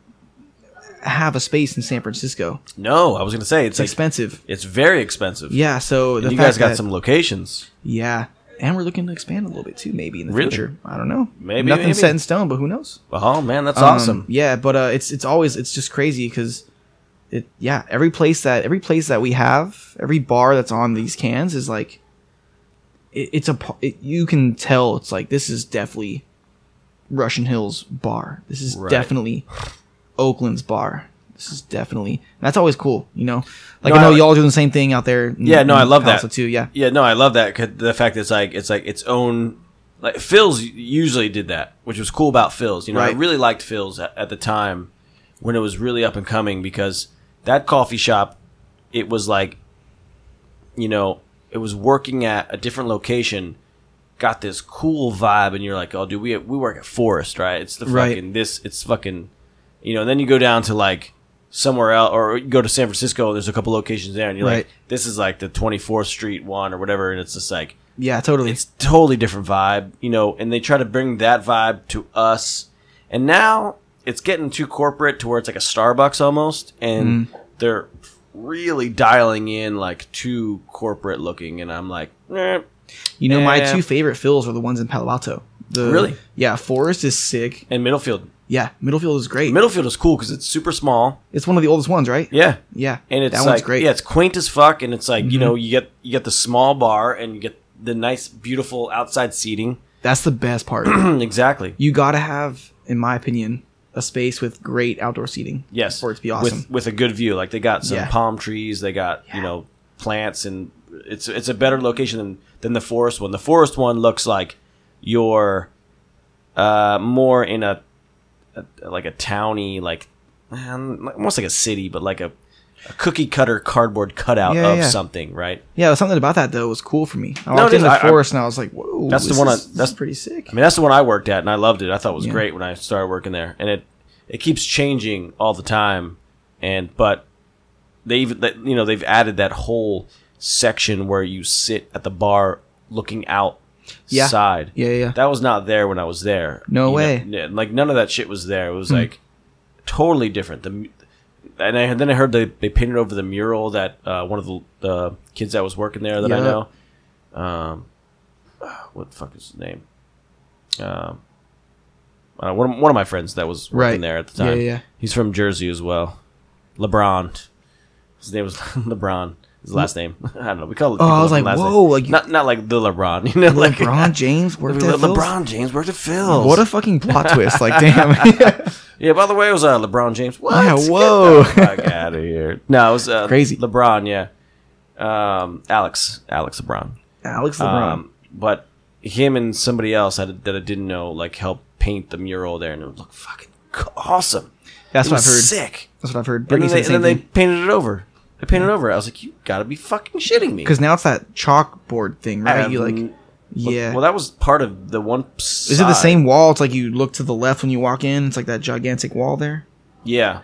D: have a space in San Francisco. It's,
A: No, I was gonna say it's, like,
D: expensive.
A: It's very expensive.
D: Yeah, so the
A: And you
D: fact
A: guys got
D: that-
A: some locations.
D: yeah, and we're looking to expand a little bit too, maybe in the
A: Really?
D: future. I don't know.
A: Maybe,
D: nothing
A: maybe.
D: set in stone, but who knows?
A: Oh man, that's
D: Um,
A: awesome.
D: Yeah, but uh, it's it's always it's just crazy because it yeah every place that every place that we have every bar that's on these cans is like it, it's a pa- it, you can tell it's like this is definitely Russian Hills bar. This is
A: Right.
D: definitely Oakland's bar. This is definitely and that's always cool, you know. Like
A: No,
D: I know
A: I-
D: y'all doing the same thing out there. in-
A: Yeah, no,
D: in
A: I love that.
D: Tulsa, too. Yeah,
A: Yeah, no, I love that. 'cause the fact that it's like it's like its own. Like Phils usually did that, which was cool about Phils. You know,
D: Right.
A: I really liked Phils at, at the time when it was really up and coming because that coffee shop, it was like, you know, it was working at a different location, got this cool vibe, and you're like, oh, dude, we we work at Forest, right? It's the
D: Right.
A: fucking this, it's fucking, you know. And then you go down to like somewhere else, or you go to San Francisco. There's a couple locations there, and you're
D: Right.
A: like, this is like the 24th Street one or whatever, and it's just like
D: yeah, totally.
A: it's totally different vibe, you know. And they try to bring that vibe to us, and now it's getting too corporate to where it's like a Starbucks almost, and they're really dialing in like too corporate looking, and I'm like, eh,
D: you know, my
A: yeah.
D: two favorite fills are the ones in Palo Alto. The,
A: Really?
D: Yeah, Forest is sick.
A: and Middlefield.
D: Yeah, Middlefield is great.
A: Middlefield is cool because it's super small.
D: It's one of the oldest ones, right?
A: Yeah,
D: Yeah,
A: and it's
D: that
A: like
D: one's great.
A: yeah, it's quaint as fuck, and it's like you know you get you get the small bar and you get the nice beautiful outside seating.
D: That's the best part.
A: exactly.
D: you gotta have, in my opinion, a space with great outdoor seating.
A: Yes,
D: for it to be awesome.
A: with with a good view. Like they got some
D: Yeah.
A: palm trees, they got you know plants, and it's it's a better location than than the forest one. The forest one looks like you're uh, more in a, a like a towny like um, almost like a city, but like a, a cookie cutter cardboard cutout
D: Yeah,
A: of
D: yeah.
A: something, right?
D: yeah, something about that though was cool for me. I
A: it
D: walked
A: is.
D: in the
A: I- I-
D: forest and I was like, "Whoa,
A: That's the
D: this
A: one I-
D: is- this is
A: that's-
D: pretty sick."
A: I mean, that's the one I worked at, and I loved it. I thought it was
D: Yeah.
A: great when I started working there, and it it keeps changing all the time. And but they've that- you know they've added that whole section where you sit at the bar looking out
D: Yeah.
A: side.
D: yeah, yeah, yeah.
A: That was not there when I was there.
D: No
A: You know,
D: way. Hmm.
A: yeah, like none of that shit was there. It was like totally different. The mu- and I, then I heard they, they painted over the mural that uh, one of the uh, kids that was working there that I
D: Yeah.
A: know. Um, ah, what the fuck is his name? Um, uh, one of, one of my friends that was working
D: Right.
A: there at the
D: Yeah,
A: time.
D: yeah, yeah.
A: He's from Jersey as well. LeBron. His name was LeBron. His last name. I don't know. We call it.
D: Oh, I was like, whoa, like you-
A: not not like the LeBron. You know, like
D: LeBron James worked at Phil's?
A: LeBron James worked at Phil's.
D: What a fucking plot twist! Like, damn.
A: yeah, by the way, it was uh, LeBron James. What?
D: Yeah,
A: Get
D: whoa.
A: the fuck out of here. No, it was uh,
D: Crazy.
A: LeBron, yeah. Um, Alex. Alex LeBron.
D: Alex LeBron.
A: Um, but him and somebody else that, that I didn't know, like, helped paint the mural there, and it looked fucking c- awesome.
D: that's
A: it
D: what I've
A: was
D: heard.
A: sick.
D: That's what I've heard.
A: And
D: Brittany
A: then, they,
D: said the same
A: and then they
D: thing.
A: painted it over. They painted it over. I was like, you gotta be fucking shitting me.
D: Because now it's that chalkboard thing,
A: I
D: right?
A: have
D: you like,
A: n-
D: yeah.
A: Well, that was part of the one.
D: is it the same wall? It's like you look to the left when you walk in. It's like that gigantic wall there.
A: Yeah.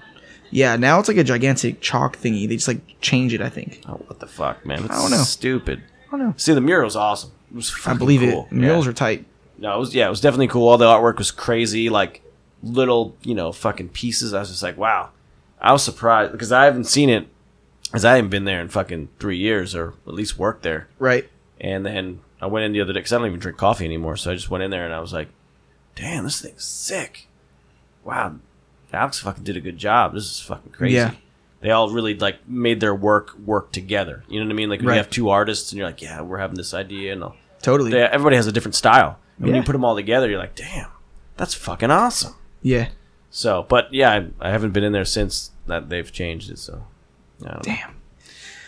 D: Yeah, now it's like a gigantic chalk thingy. They just like change it. I think.
A: Oh, what the fuck, man? It's
D: I don't know.
A: Stupid.
D: I don't know.
A: See, the mural's awesome. It was
D: I
A: fucking
D: believe
A: cool.
D: it. Murals
A: yeah.
D: are tight.
A: No, it was yeah, it was definitely cool. All the artwork was crazy, like little you know fucking pieces. I was just like, wow. I was surprised because I haven't seen it, because I haven't been there in fucking three years or at least worked there.
D: Right.
A: And then I went in the other day because I don't even drink coffee anymore. So I just went in there and I was like, damn, this thing's sick. Wow. Alex fucking did a good job. This is fucking crazy.
D: Yeah.
A: They all really like made their work work together. You know what I mean? Like when
D: Right.
A: you have two artists and you're like, yeah, we're having this idea and all.
D: Totally.
A: They, everybody has a different style. And When you
D: Yeah.
A: put them all together, you're like, damn, that's fucking awesome.
D: Yeah.
A: So, but yeah, I, I haven't been in there since that they've changed it. So, I don't know.
D: Damn.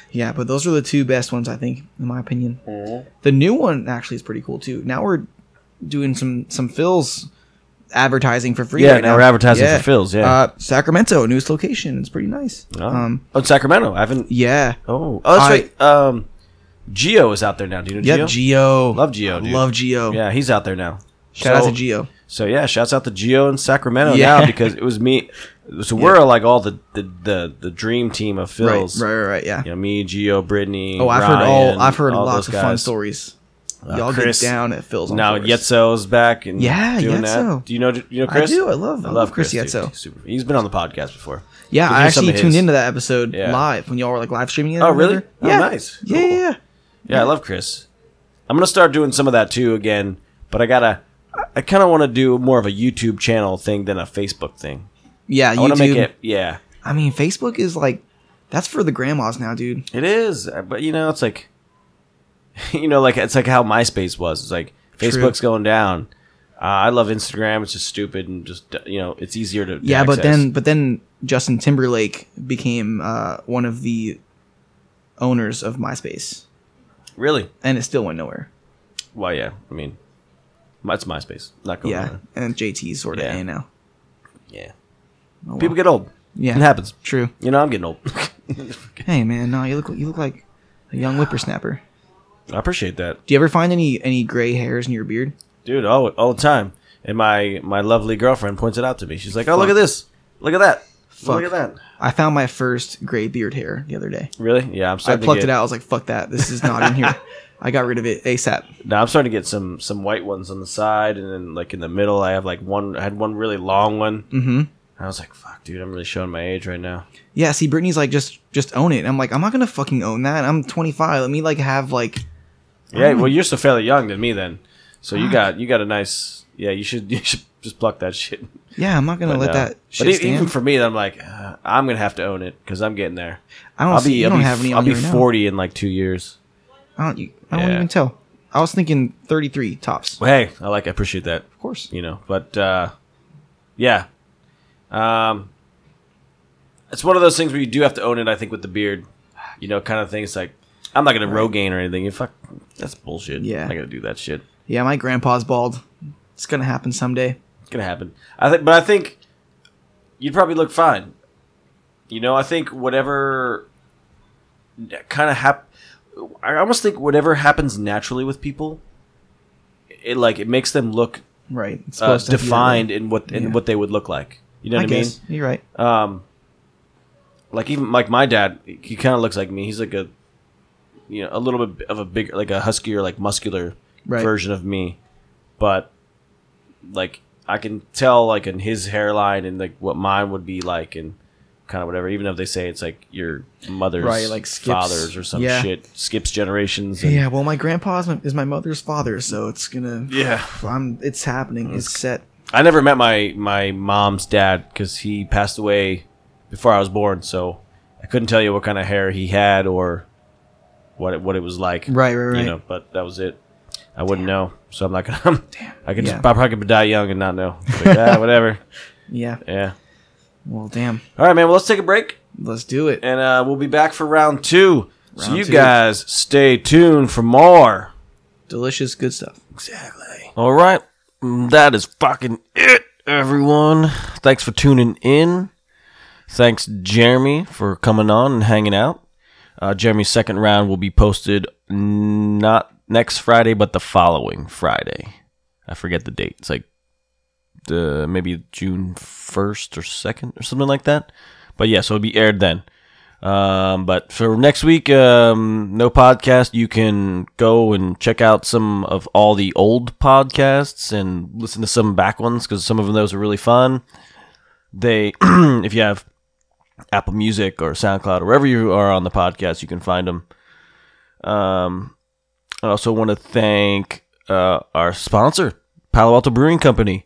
D: Yeah, but those are the two best ones I think, in my opinion. The new one actually is pretty cool too. Now we're doing some some fills advertising for free.
A: Yeah,
D: right
A: now
D: now,
A: we're advertising for Phil's, yeah.
D: uh, Sacramento, newest location. It's pretty nice.
A: Oh,
D: Um,
A: oh Sacramento. I haven't.
D: yeah.
A: Oh, oh, that's
D: I-
A: right. Um, Geo is out there now. Do you know
D: Yep,
A: Geo?
D: Geo.
A: Love Geo, dude.
D: Love Geo.
A: yeah, he's out there now.
D: Shout
A: So-
D: out to Geo.
A: So yeah, shouts out to Geo in Sacramento
D: Yeah.
A: now because it was me. So we're like all the the, the the dream team of
D: Right,
A: Phils.
D: right, right, right, yeah.
A: You know, me, Geo, Brittany.
D: Oh, I've heard
A: Ryan,
D: all. I've heard
A: all
D: lots
A: those
D: of fun
A: guys.
D: stories.
A: Uh,
D: Y'all
A: Chris.
D: get down at Phil's. on
A: Now
D: Chris.
A: Yetzo's back and
D: Yeah,
A: doing that.
D: Yetzo.
A: Do you know? You know
D: I
A: Chris?
D: do. I love- I love Chris
A: dude.
D: Yetzo.
A: He's super- He's been on the podcast before.
D: Yeah,
A: Did
D: I
A: hear some
D: actually
A: of
D: tuned
A: his?
D: into that episode
A: Yeah.
D: live when y'all were like live streaming it.
A: Oh,
D: or whatever.
A: really? Oh,
D: Yeah.
A: nice.
D: Yeah,
A: Cool.
D: yeah, yeah.
A: Yeah, I love Chris. I'm gonna start doing some of that too again, but I gotta. I- I kind of want to do more of a YouTube channel thing than a Facebook thing.
D: Yeah,
A: I want
D: YouTube.
A: to make it. Yeah,
D: I mean, Facebook is like that's for the grandmas now, dude.
A: it is. uh, But you know, it's like, you know, like it's like how MySpace was. It's like
D: True.
A: Facebook's going down. Uh, I love Instagram. It's just stupid and just uh, you know, it's easier to. to
D: Yeah, but
A: access.
D: then but then Justin Timberlake became uh, one of the owners of MySpace,
A: really,
D: and it still went nowhere.
A: well, yeah. I mean, that's MySpace. Not going.
D: yeah,
A: on.
D: and JT's sort of
A: Oh, Yeah.
D: a now.
A: Yeah.
D: Oh,
A: People
D: well.
A: get old.
D: yeah,
A: It happens.
D: True.
A: You know, I'm getting old.
D: Hey man, no, you look you look like a young whippersnapper.
A: I appreciate that.
D: Do you ever find any any gray hairs in your beard?
A: dude all, all the time and my my lovely girlfriend points it out to me she's like oh look
D: Fuck.
A: at this look at that
D: Fuck.
A: look at that
D: I found my first gray beard hair the other day.
A: really yeah i'm
D: I
A: starting
D: plucked
A: to
D: it
A: get,
D: out. I was like, "Fuck that! This is not in here." I got rid of it ASAP.
A: now i'm starting to get some some white ones on the side and then like in the middle i have like one i had one really long one mm-hmm. i was like fuck dude i'm really showing my age right now
D: Yeah, see, Brittany's like, just just own it. And I'm like, I'm not gonna fucking own that. I'm 25. Let me like have like,
A: yeah well you're still fairly young than me then so you got you got a nice yeah you should you should just pluck that shit
D: yeah, I'm not gonna
A: But,
D: let
A: uh,
D: that shit
A: but e-
D: stand.
A: even for me then i'm like uh, i'm gonna have to own it because i'm getting there
D: I don't.
A: i'll
D: see-
A: be
D: you
A: i'll
D: don't
A: be,
D: have any
A: I'll
D: on
A: be
D: you right
A: 40 in like two years
D: Now. I don't. You, I don't
A: Yeah.
D: even tell. I was thinking 33 tops.
A: well, hey i like i appreciate that
D: Of course.
A: you know but uh yeah um it's one of those things where you do have to own it i think with the beard you know kind of thing it's like i'm not gonna rogaine or anything you fuck that's bullshit
D: Yeah.
A: i'm not gonna do that shit
D: Yeah, my grandpa's bald. It's gonna happen someday.
A: it's gonna happen i think but i think you'd probably look fine you know i think whatever kind of hap i almost think whatever happens naturally with people it like it makes them look
D: Right. It's
A: uh,
D: to be that way.
A: defined in what in
D: Yeah.
A: what they would look like you know
D: I
A: what i mean
D: guess you're right.
A: um like even like my dad he kind of looks like me he's like a you know a little bit of a bigger like a huskier like muscular
D: Right.
A: version of me but like i can tell like in his hairline and like what mine would be like and kind of whatever even if they say it's like your mother's
D: Right, like skips-
A: fathers or some
D: yeah.
A: shit skips generations and,
D: Yeah. Well, my grandpa is my, is my mother's father, so it's gonna.
A: yeah
D: I'm. It's happening. It's set.
A: I never met my my mom's dad because he passed away before I was born, so I couldn't tell you what kind of hair he had or what it, what it was like.
D: Right, right,
A: You
D: right.
A: know, but that was it. I wouldn't know, so I'm not gonna. Damn. I could just
D: Yeah.
A: I probably could die young and not know. It's Like, ah, whatever.
D: Yeah.
A: Yeah.
D: Well, damn.
A: All right, man. Well, let's take a break,
D: Let's do it.
A: and uh, we'll be back for round two. so
D: Round
A: you
D: two.
A: guys stay tuned for more.
D: Delicious, good stuff.
A: All right. That is fucking it, everyone. Thanks for tuning in. Thanks, Jeremy, for coming on and hanging out. Uh, Jeremy's second round will be posted n- not next Friday, but the following Friday. I forget the date. It's like the maybe June 1st or 2nd or something like that. But yeah, so it'll be aired then. Um, but for next week, um, no podcast. You can go and check out some of all the old podcasts and listen to some back ones because some of those are really fun. They, if you have Apple Music or SoundCloud or wherever you are on the podcast, you can find them. Um, I also want to thank uh, our sponsor, Palo Alto Brewing Company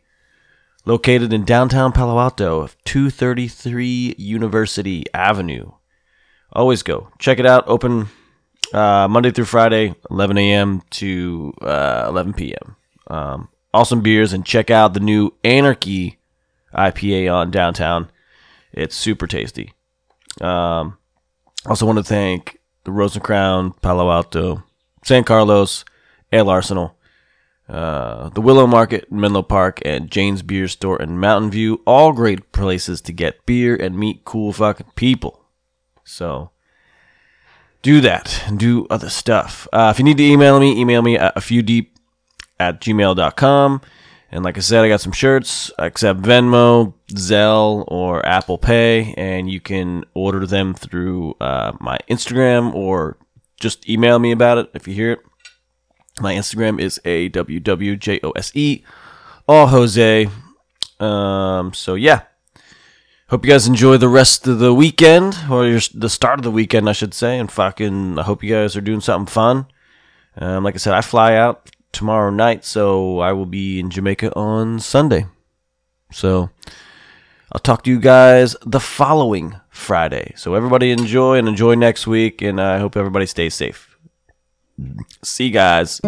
A: located in downtown Palo Alto of 233 University Avenue. Always go check it out. Open uh, Monday through Friday, 11 a.m. to uh, 11 p.m. Um, awesome beers, and check out the new Anarchy IPA on downtown. It's super tasty. Um, also want to thank the Rosencrown, Palo Alto, San Carlos, Ale Arsenal uh, the Willow Market in Menlo Park, and Jane's Beer Store in Mountain View. All great places to get beer and meet cool fucking people. So do that and do other stuff. Uh, if you need to email me, email me at a few deep at gmail.com. And like I said, I got some shirts. I accept Venmo, Zelle, or Apple Pay, and you can order them through uh, my Instagram or just email me about it if you hear it. My Instagram is a w w j o s e, all Jose. Um, so yeah, hope you guys enjoy the rest of the weekend or your, the start of the weekend, I should say. And fucking, I hope you guys are doing something fun. Um, like I said, I fly out tomorrow night, so I will be in Jamaica on Sunday. So I'll talk to you guys the following Friday. So everybody enjoy and enjoy next week, and I hope everybody stays safe. See you guys.